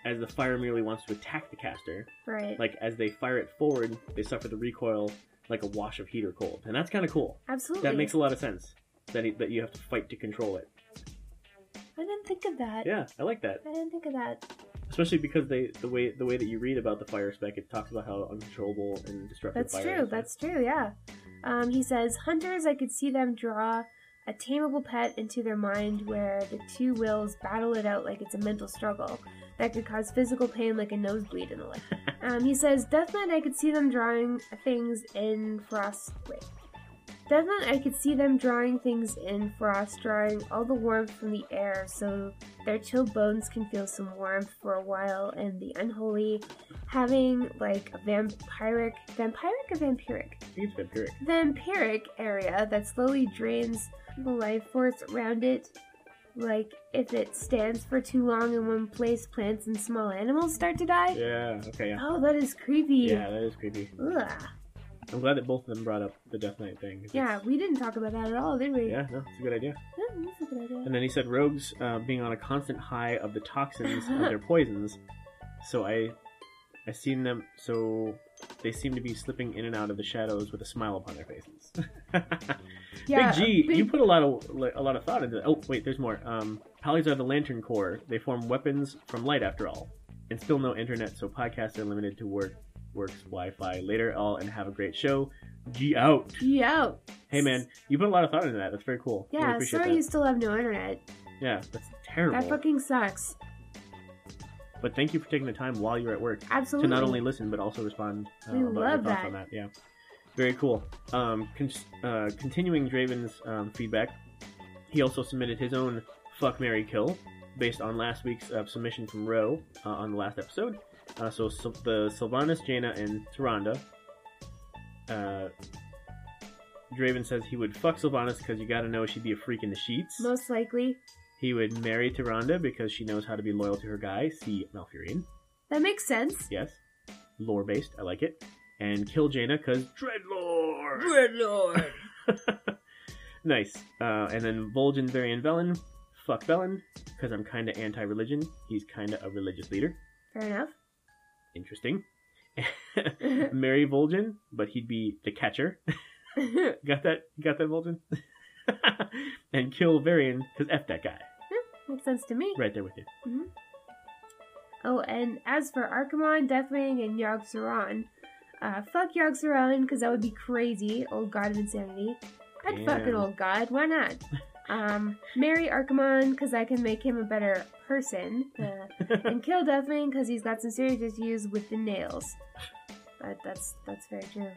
as the fire merely wants to attack the caster.
right.
like as they fire it forward, they suffer the recoil like a wash of heat or cold, and that's kind of cool.
Absolutely.
That makes a lot of sense. That it, that you have to fight to control it.
I didn't think of that.
Yeah, I like that,
I didn't think of that.
especially because they the way the way that you read about the fire spec, it talks about how uncontrollable and destructive.
That's
fire
true.
is.
That's true. Yeah. Um, he says, hunters. I could see them draw a tameable pet into their mind, where the two wills battle it out like it's a mental struggle. that could cause physical pain like a nosebleed and the like. Um, he says, Death Knight, I could see them drawing things in frost. Wait. Death Knight, I could see them drawing things in frost, drawing all the warmth from the air so their chill bones can feel some warmth for a while, and the unholy having like a vampiric, vampiric or vampiric?
I think it's vampiric.
vampiric area that slowly drains the life force around it. Like, if it stands for too long in one place, plants and small animals start to die.
Yeah. Okay. Yeah.
Oh, that is creepy.
Yeah, that is creepy.
Ugh.
I'm glad that both of them brought up the Death Knight thing.
Yeah, we didn't talk about that at all, did we?
Yeah, no, it's a good idea.
Hmm, that's a good idea.
And then he said rogues uh, being on a constant high of the toxins of their poisons. So I, I seen them. So they seem to be slipping in and out of the shadows with a smile upon their faces.
Yeah,
Big G,
big-
you put a lot of like, a lot of thought into. that. Oh wait, there's more. Um, Polys are the Lantern Corps. They form weapons from light, after all, and still no internet, so podcasts are limited to work works Wi-Fi. Later, all and have a great show. G out.
Yo.
Hey man, you put a lot of thought into that. That's very cool. Really
Yeah,
appreciate
sorry
that.
you still have no internet.
Yeah, that's terrible.
That fucking sucks.
But thank you for taking the time while you're at work to
Absolutely.
not only listen but also respond. Uh,
We
about your
love
thoughts
that.
on that. Yeah, very cool. Um, con- uh, continuing Draven's um, feedback, he also submitted his own fuck Mary kill based on last week's uh, submission from Roe uh, on the last episode. Uh, so Syl- the Sylvanas, Jaina, and Tyrande. Uh, Draven says he would fuck Sylvanas because you got to know she'd be a freak in the sheets.
Most likely.
He would marry Tyrande because she knows how to be loyal to her guy. See Malfurion.
That makes sense.
Yes. Lore based. I like it. And kill Jaina because Dreadlord!
Dreadlord.
nice. Uh, and then Vol'jin, Varian, Velen. Fuck Velen because I'm kind of anti religion. He's kind of a religious leader.
Fair enough.
Interesting. Marry Vol'jin, but he'd be the catcher. got that? Got that, Vol'jin? and kill Varian because F that guy.
makes sense to me.
Right there with you.
Oh, and as for Archimon, Deathwing, and Yog Saron, uh, fuck Yog Saron, because that would be crazy. Old god of insanity. I'd fuck an
Damn.
old god, why not? Um, marry Archimon, because I can make him a better person. Uh, and kill Deathwing, because he's got some serious issues with the nails. But that's, that's very true.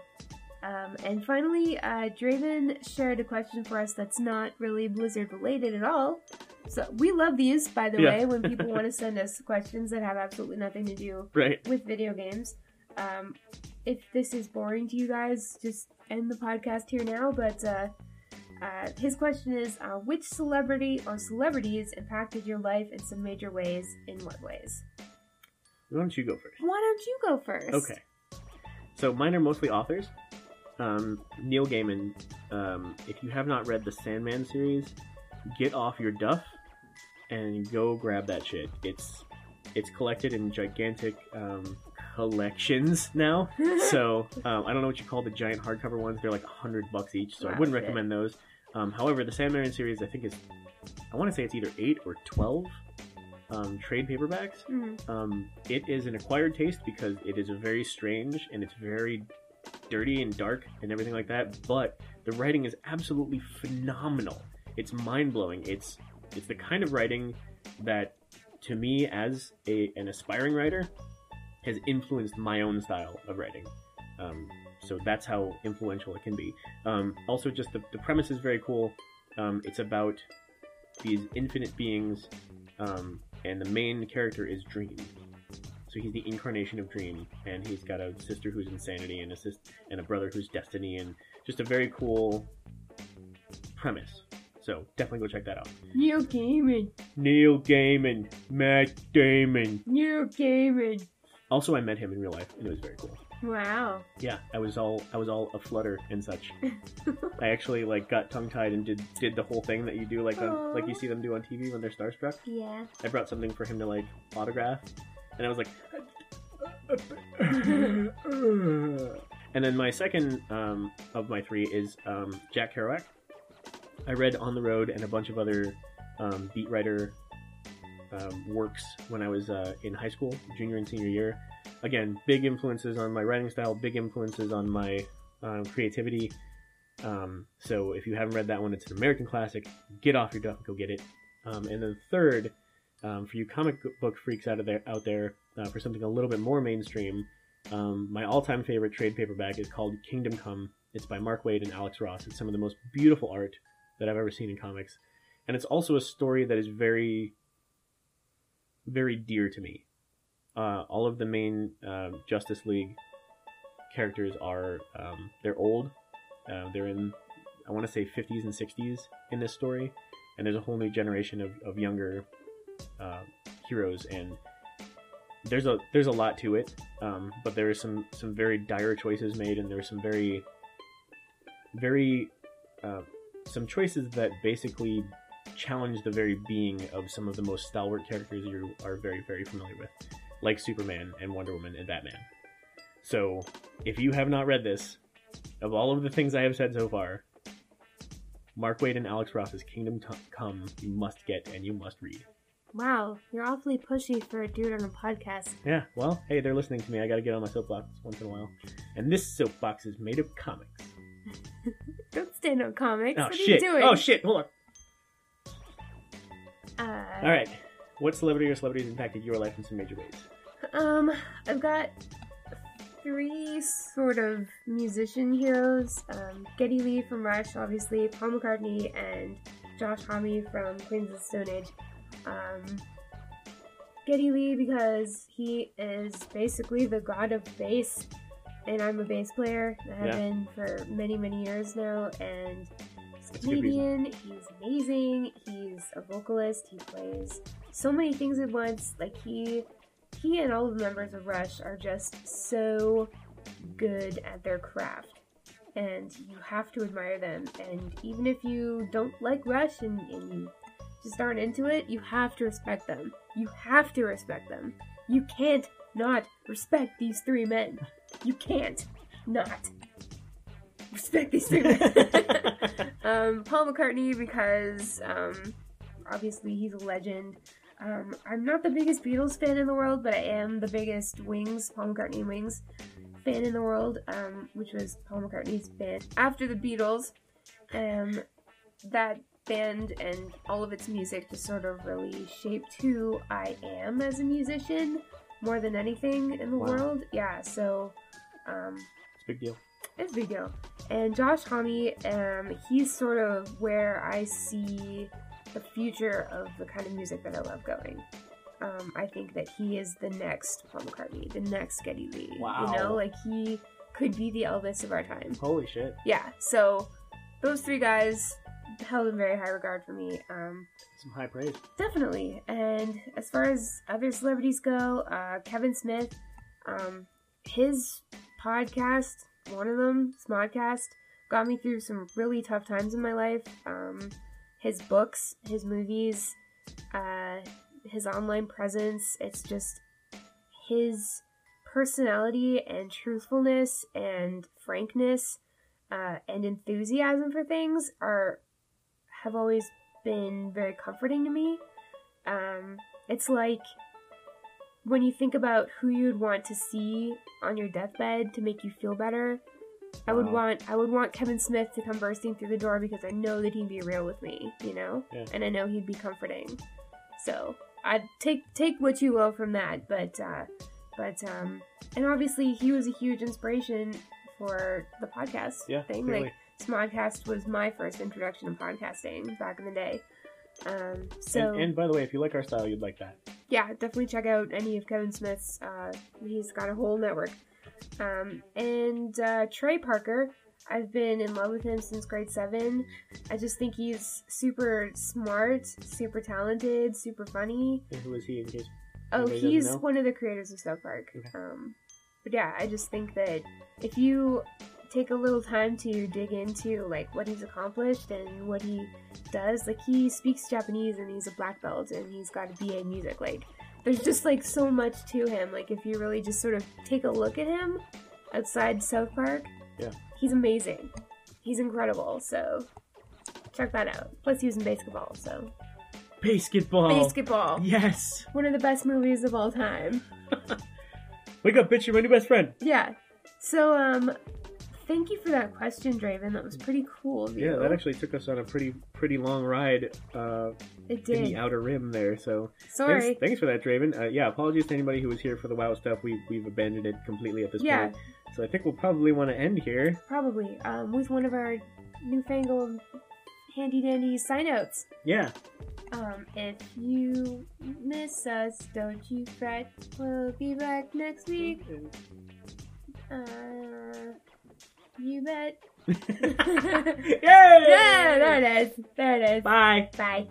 Um, and finally, uh, Draven shared a question for us that's not really Blizzard related at all. So we love these, by the
Yeah.
way, when people want to send us questions that have absolutely nothing to do
Right.
with video games. Um, if this is boring to you guys, just end the podcast here now. But uh, uh, his question is uh, which celebrity or celebrities impacted your life in some major ways? In what ways?
Why don't you go first?
Why don't you go first?
Okay. So mine are mostly authors. Um, Neil Gaiman. Um, if you have not read the Sandman series, get off your duff and go grab that shit. It's it's collected in gigantic um, collections now. so um, I don't know what you call the giant hardcover ones. They're like a hundred bucks each, so I
Wow,
wouldn't
shit.
recommend those. Um, however, the Sandman series I think is I want to say it's either eight or twelve um, trade paperbacks.
Mm,
Um, it is an acquired taste because it is very strange and it's very dirty and dark and everything like that. But the writing is absolutely phenomenal. It's mind blowing. It's it's the kind of writing that, to me as a, an aspiring writer, has influenced my own style of writing. Um, so that's how influential it can be. Um, also, just the, the premise is very cool. Um, it's about these infinite beings um, and the main character is Dream. So he's the incarnation of Dream, and he's got a sister who's insanity, and a sis- and a brother who's destiny, and just a very cool premise. So definitely go check that out.
Neil Gaiman.
Neil Gaiman, Matt Damon.
Neil Gaiman.
Also, I met him in real life, and it was very cool.
Wow.
Yeah, I was all I was all aflutter and such. I actually like got tongue tied and did did the whole thing that you do like on,
Aw.
like you see them do on TV when they're starstruck.
Yeah.
I brought something for him to like autograph, and I was like, and then my second um, of my three is um, Jack Kerouac. I read On the Road and a bunch of other um, beat writer um, works when I was uh, in high school, junior and senior year. Again, big influences on my writing style, big influences on my um, creativity. Um, so if you haven't read that one, it's an American classic. Get off your duff and go get it. Um, and then third, um, for you comic book freaks out of there out there uh, for something a little bit more mainstream. Um, my all-time favorite trade paperback is called Kingdom Come. It's by Mark Waid and Alex Ross. It's some of the most beautiful art that I've ever seen in comics, and it's also a story that is very, very dear to me. Uh, all of the main uh, Justice League characters are um, they're old. Uh, they're in I want to say 50s and 60s in this story, and there's a whole new generation of, of younger uh, heroes, and there's a there's a lot to it. Um, but there is some some very dire choices made, and there's some very very uh, some choices that basically challenge the very being of some of the most stalwart characters you are very very familiar with, like Superman and Wonder Woman and Batman. So if you have not read this, of all of the things I have said so far, Mark Waid and Alex Ross's Kingdom T- Come you must get and you must read.
Wow, you're awfully pushy for a dude on a podcast.
Yeah, well, hey, they're listening to me. I gotta get on my soapbox once in a while. And this soapbox is made of comics.
Don't stand on comics.
Oh
what
shit!
are you doing?
Oh shit! Hold on.
Uh,
All right, what celebrity or celebrities impacted your life in some major ways?
Um, I've got three sort of musician heroes: um, Geddy Lee from Rush, obviously, Paul McCartney, and Josh Homme from Queens of the Stone Age. Um, Geddy Lee because he is basically the god of bass, and I'm a bass player. I have
Yeah.
been for many, many years now, and. He's
That's a good reason.
Canadian, he's amazing, he's a vocalist, he plays so many things at once. Like he he and all of the members of Rush are just so good at their craft. And you have to admire them. And even if you don't like Rush and, and you just aren't into it, you have to respect them. You have to respect them. You can't not respect these three men. You can't not respect these three men. um, Paul McCartney because um, obviously he's a legend. Um, I'm not the biggest Beatles fan in the world, but I am the biggest Wings, Paul McCartney and Wings fan in the world, um, which was Paul McCartney's band after the Beatles. Um, that band and all of its music just sort of really shaped who I am as a musician more than anything in the
Wow.
world. Yeah, so um,
It's a big deal.
it's a big deal. And Josh Homme, um, he's sort of where I see the future of the kind of music that I love going. Um, I think that he is the next Paul McCartney, the next Geddy Lee.
Wow.
You know, like he could be the Elvis of our time.
Holy shit!
Yeah, so those three guys held in very high regard for me. Um,
Some high praise.
Definitely. And as far as other celebrities go, uh, Kevin Smith, um, his podcast, one of them, Smodcast, got me through some really tough times in my life. Um, his books, his movies, uh, his online presence, it's just his personality and truthfulness and frankness uh, and enthusiasm for things are have always been very comforting to me. Um, it's like when you think about who you'd want to see on your deathbed to make you feel better. I would
Wow.
want I would want Kevin Smith to come bursting through the door because I know that he'd be real with me, you know,
Yeah.
and I know he'd be comforting. So I take take what you will from that, but uh, but um, and obviously he was a huge inspiration for the podcast
Yeah,
thing.
clearly.
Like Smodcast was my first introduction to podcasting back in the day. Um, so
and, and by the way, if you like our style, you'd like that.
yeah, definitely check out any of Kevin Smith's. Uh, he's got a whole network. Um, and uh, Trey Parker, I've been in love with him since grade seven. I just think he's super smart, super talented, super funny.
And who is he? In case
Oh,
Anybody doesn't
he's
know?
one of the creators of South Park.
Okay.
Um, but yeah, I just think that if you take a little time to dig into like what he's accomplished and what he does, like he speaks Japanese and he's a black belt and he's got a BA in music. Like there's just like so much to him. Like if you really just sort of take a look at him outside South Park,
Yeah.
he's amazing. He's incredible. So check that out. Plus he was in basketball. So
basketball.
basketball,
Yes.
one of the best movies of all time.
Wake up, bitch! You're my new best friend.
Yeah. So, um, thank you for that question, Draven. That was pretty cool of you.
Yeah, that actually took us on a pretty pretty long ride uh,
It
in the
did.
outer rim there. So
Sorry.
Thanks, thanks for that, Draven. Uh, yeah, apologies to anybody who was here for the WoW stuff. We we've abandoned it completely at this
Yeah.
point. So I think we'll probably want to end here.
Probably. Um, with one of our newfangled handy dandy sign outs.
Yeah,
Um, if you miss us, don't you fret. We'll be back next week. Uh, you bet.
Yeah, there it is. There it is.
Bye.
Bye.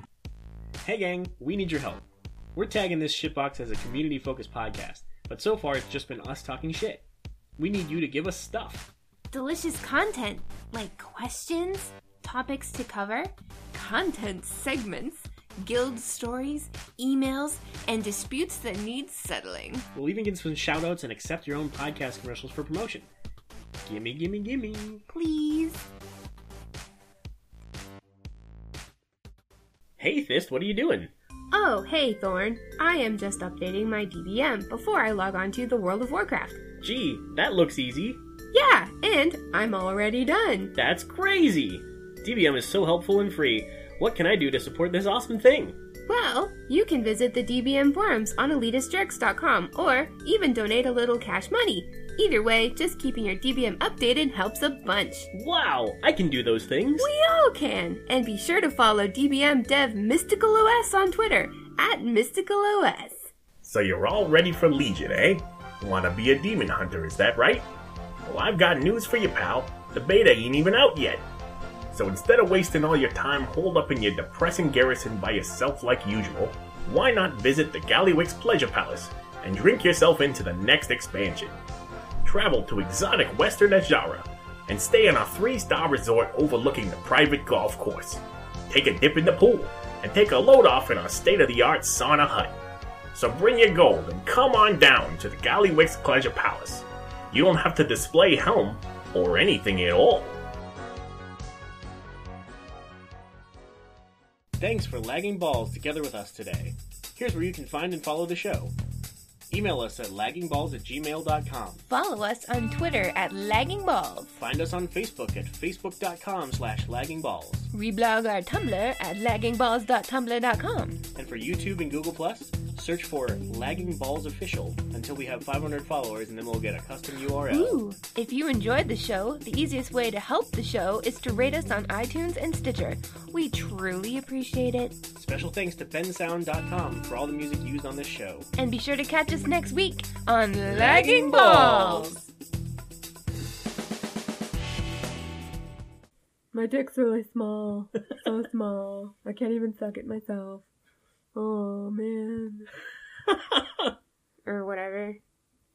Hey, gang, we need your help. We're tagging this shitbox as a community focused podcast, but so far it's just been us talking shit. We need you to give us stuff.
Delicious content like questions, topics to cover, content segments, guild stories, emails, and disputes that need settling.
We'll even get some shout outs and accept your own podcast commercials for promotion. Gimme, gimme, gimme.
Please.
Hey, Fist, what are you doing?
Oh, hey, Thorn. I am just updating my DBM before I log on to the World of Warcraft.
Gee, that looks easy.
Yeah, and I'm already done.
That's crazy! DBM is so helpful and free. What can I do to support this awesome thing?
Well, you can visit the DBM forums on elitistjerks.com or even donate a little cash money. Either way, just keeping your DBM updated helps a bunch.
Wow, I can do those things.
We all can! And be sure to follow DBM dev Mystical OS on Twitter at Mystical OS.
So you're all ready for Legion, eh? Want to be a demon hunter, is that right? Well, I've got news for you, pal. The beta ain't even out yet. So instead of wasting all your time holed up in your depressing garrison by yourself like usual, why not visit the Gallywick's Pleasure Palace and drink yourself into the next expansion? Travel to exotic Western Ajara and stay in a three-star resort overlooking the private golf course. Take a dip in the pool and take a load off in our state-of-the-art sauna hut. So bring your gold and come on down to the Gallywick's Pleasure Palace. You don't have to display helm or anything at all.
Thanks for lagging balls together with us today. Here's where you can find and follow the show. Email us at laggingballs at gmail.com.
Follow us on Twitter at laggingballs.
Find us on Facebook at facebook.com slash laggingballs.
Reblog our Tumblr at laggingballs.tumblr.com.
And for YouTube and Google Plus, search for Lagging Balls Official until we have 500 followers and then we'll get a custom URL.
Ooh! If you enjoyed the show, the easiest way to help the show is to rate us on iTunes and Stitcher. We truly appreciate it.
Special thanks to bensound.com for all the music used on this show.
And be sure to catch us next week on Lagging Balls!
My dick's really small. So small. I can't even suck it myself. Oh, man.
Or whatever.